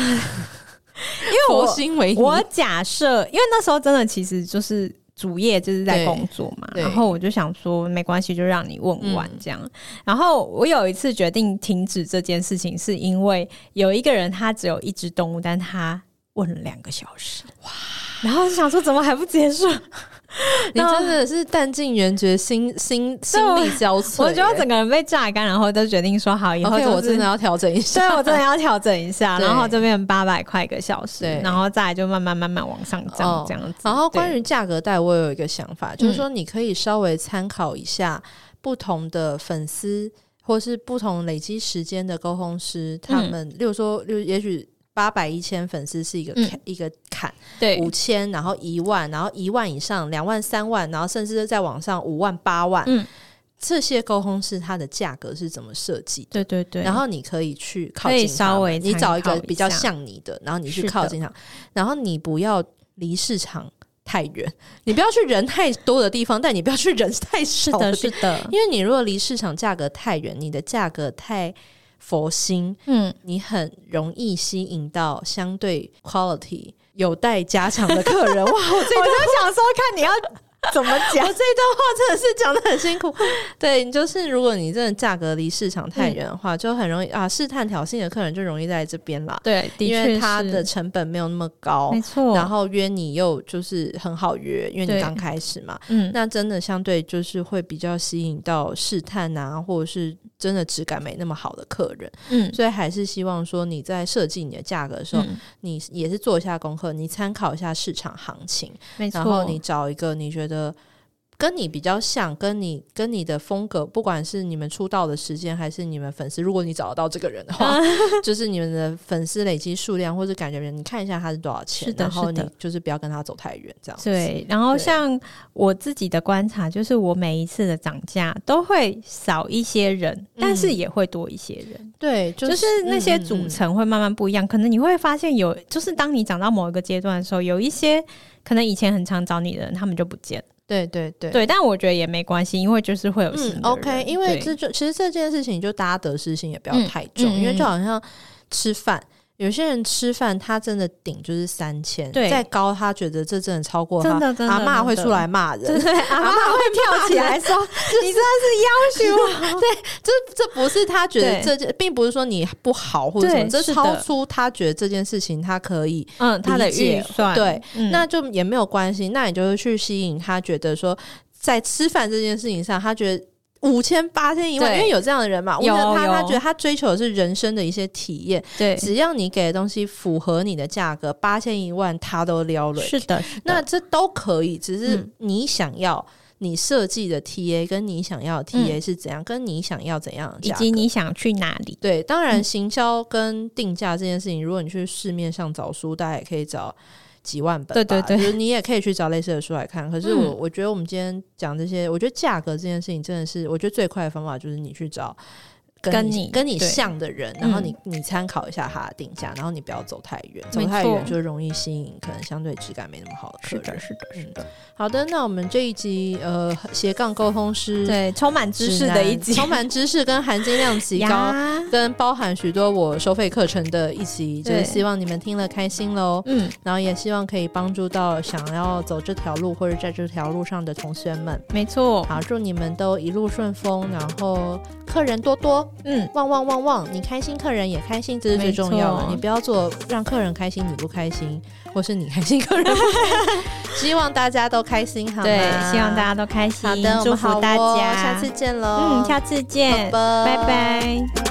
Speaker 2: 因为
Speaker 1: 佛
Speaker 2: 我
Speaker 1: 心为你
Speaker 2: 我假设，因为那时候真的其实就是主业就是在工作嘛，
Speaker 1: 对嗯
Speaker 2: 然后我就想说没关系，就让你问完这样。然后我有一次决定停止这件事情，是因为有一个人他只有一只动物，但他问了两个小时，哇！然后我就想说怎么还不结束？
Speaker 1: 你
Speaker 2: 然后
Speaker 1: 真的是弹尽援绝，心心心
Speaker 2: 对
Speaker 1: 力交瘁、
Speaker 2: 我觉得我
Speaker 1: 欸
Speaker 2: 整个人被榨干，然后就决定说好，以后
Speaker 1: OK，
Speaker 2: 就
Speaker 1: 我
Speaker 2: 是
Speaker 1: 真的要调整一下。
Speaker 2: 所以我真的要调整一
Speaker 1: [laughs]
Speaker 2: 下，
Speaker 1: 对
Speaker 2: 然后这边八百块一个小时
Speaker 1: 对，
Speaker 2: 然后再来就慢慢慢慢往上涨
Speaker 1: 哦
Speaker 2: 这样子。
Speaker 1: 然后关
Speaker 2: 对嗯
Speaker 1: 于价格带，我有一个想法，就是说你可以稍微参考一下不同的粉丝，或是不同累积时间的沟通师，
Speaker 2: 嗯
Speaker 1: 他们，例如说，例如也许。八百一千粉丝是一个
Speaker 2: 嗯
Speaker 1: 坎、一个坎，
Speaker 2: 对
Speaker 1: 五千，然后一万，然后一万以上，两万、三万，然后甚至再往上五万、八万，
Speaker 2: 嗯
Speaker 1: 这些沟通师它的价格是怎么设计的？
Speaker 2: 对对对，
Speaker 1: 然后你可以去靠
Speaker 2: 可以
Speaker 1: 近他们
Speaker 2: 稍微
Speaker 1: 你找一
Speaker 2: 参
Speaker 1: 个
Speaker 2: 考一
Speaker 1: 比较
Speaker 2: 下
Speaker 1: 像你的，然后你
Speaker 2: 是
Speaker 1: 去
Speaker 2: 的
Speaker 1: 靠近它，然后你不要离市场太远， [laughs] 你不要去人太多的地方，但你不要去人太
Speaker 2: 是
Speaker 1: 少
Speaker 2: 的，
Speaker 1: 地
Speaker 2: 是的，
Speaker 1: 因为你如果离市场价格太远，你的价格太佛心，
Speaker 2: 嗯，
Speaker 1: 你很容易吸引到相对 quality 有待加强的客人。 [laughs] 哇，我这
Speaker 2: 我就想说，看你要怎么讲
Speaker 1: 我这一段话真的是讲的很辛苦。对，你就是如果你真的价格离市场太远的话，就很容易啊，试探挑衅的客人就容易在这边啦，
Speaker 2: [laughs] 对，的哦
Speaker 1: 因为
Speaker 2: 确
Speaker 1: 他
Speaker 2: 是
Speaker 1: 的成本没有那么高
Speaker 2: 没，错。
Speaker 1: 然后约你又就是很好约，因为
Speaker 2: 对
Speaker 1: 你刚开始嘛。
Speaker 2: 嗯，
Speaker 1: 那真的相对就是会比较吸引到试探啊，或者是真的质感没那么好的客人，
Speaker 2: 嗯
Speaker 1: 所以还是希望说你在设计你的价格的时候，
Speaker 2: 嗯，
Speaker 1: 你也是做一下功课，你参考一下市场行情，
Speaker 2: 没
Speaker 1: 然后
Speaker 2: 错，
Speaker 1: 你找一个你觉得跟你比较像，跟你跟你的风格，不管是你们出道的时间，还是你们粉丝，如果你找得到这个人的
Speaker 2: 啊
Speaker 1: 话，就是你们的粉丝累积数量或者感觉人，你看一下他是多少钱，
Speaker 2: 是的
Speaker 1: 然后
Speaker 2: 是的
Speaker 1: 你就是不要跟他走太远，这样子。
Speaker 2: 对。然后
Speaker 1: 对
Speaker 2: 像我自己的观察，就是我每一次的涨价都会少一些人，但是也会多一些人，
Speaker 1: 对，嗯就
Speaker 2: 嗯就是嗯那些组成会慢慢不一样。可能你会发现有，就是当你涨到某一个阶段的时候，有一些可能以前很常找你的人，他们就不见了。
Speaker 1: 对对对。
Speaker 2: 对，但我觉得也没关系，因为就是会有新的
Speaker 1: 嗯
Speaker 2: 人。
Speaker 1: ，OK，因为
Speaker 2: 对
Speaker 1: 这就其实这件事情就大家得失心也不
Speaker 2: 嗯
Speaker 1: 要太重，
Speaker 2: 嗯
Speaker 1: 因为
Speaker 2: 嗯
Speaker 1: 就好像吃饭，有些人吃饭他真的顶就是三千，
Speaker 2: 对
Speaker 1: 再高他觉得这真的超过他，
Speaker 2: 真的真的
Speaker 1: 阿嬷会
Speaker 2: 真
Speaker 1: 出
Speaker 2: 的
Speaker 1: 来骂人，
Speaker 2: 对对，
Speaker 1: [laughs]
Speaker 2: 阿妈会跳起来 [laughs] 说：“你 [laughs] 真的是要求我。
Speaker 1: 这这不是他觉得
Speaker 2: 对
Speaker 1: 这件，并不是说你不好或者什么，
Speaker 2: 对
Speaker 1: 这
Speaker 2: 是的
Speaker 1: 超出他觉得这件事情他可以，”
Speaker 2: 嗯，他的
Speaker 1: 理解
Speaker 2: 预算
Speaker 1: 对，
Speaker 2: 嗯
Speaker 1: 那就也没有关系。那你就是去吸引他觉得说，在吃饭这件事情上，他觉得。五千、八千、一万，
Speaker 2: 对
Speaker 1: 因为有这样的人嘛，我觉
Speaker 2: 有
Speaker 1: 得他他
Speaker 2: 有
Speaker 1: 觉得他追求的是人生的一些体验，
Speaker 2: 对
Speaker 1: 只要你给的东西符合你的价格，八千、一万他都撩了。
Speaker 2: 是的，是的
Speaker 1: 那这都可以，只是
Speaker 2: 嗯
Speaker 1: 你想要。你设计的 TA 跟你想要的 TA 是怎样，跟你想要怎样的
Speaker 2: 嗯以
Speaker 1: 价格，
Speaker 2: 及你想去哪里，
Speaker 1: 对，当然
Speaker 2: 嗯
Speaker 1: 行销跟定价这件事情，如果你去市面上找书，大家也可以找几万本吧，
Speaker 2: 对对对
Speaker 1: 就是你也可以去找类似的书来看。可是我、
Speaker 2: 嗯
Speaker 1: 我觉得我们今天讲这些，我觉得价格这件事情真的是，我觉得最快的方法就是你去找。
Speaker 2: 跟
Speaker 1: 你
Speaker 2: 你
Speaker 1: 跟你
Speaker 2: 对嗯
Speaker 1: 像的人，然后你你参考一下他的定价，然后你不要走太远，走
Speaker 2: 没
Speaker 1: 太远
Speaker 2: 错
Speaker 1: 就容易吸引可能相对质感没那么好的客人。
Speaker 2: 是的
Speaker 1: 是的。好的，那我们这一集呃斜杠沟通师
Speaker 2: 对，充满知识的一集，
Speaker 1: 指南充满知识跟含金量极高，
Speaker 2: 呀
Speaker 1: 跟包含许多我收费课程的一集，就是
Speaker 2: 对
Speaker 1: 希望你们听了开心喽，
Speaker 2: 嗯，
Speaker 1: 然后也希望可以帮助到想要走这条路或者在这条路上的同学们。
Speaker 2: 没错，
Speaker 1: 好，祝你们都一路顺风，然后客人多多，
Speaker 2: 嗯，
Speaker 1: 旺旺旺旺，你开心，客人也开心，这是最重要
Speaker 2: 没
Speaker 1: 的。
Speaker 2: 错
Speaker 1: 你不要做让客人开心你不开心，或是你开心客人不开
Speaker 2: [laughs]
Speaker 1: 心，希望大家都开心，好吗？
Speaker 2: 对，希望大家都开心，
Speaker 1: 好的，我哦
Speaker 2: 祝
Speaker 1: 们好
Speaker 2: 福大
Speaker 1: 窝
Speaker 2: 家，嗯
Speaker 1: 下次见喽，
Speaker 2: 嗯，下次见，
Speaker 1: 拜
Speaker 2: 拜拜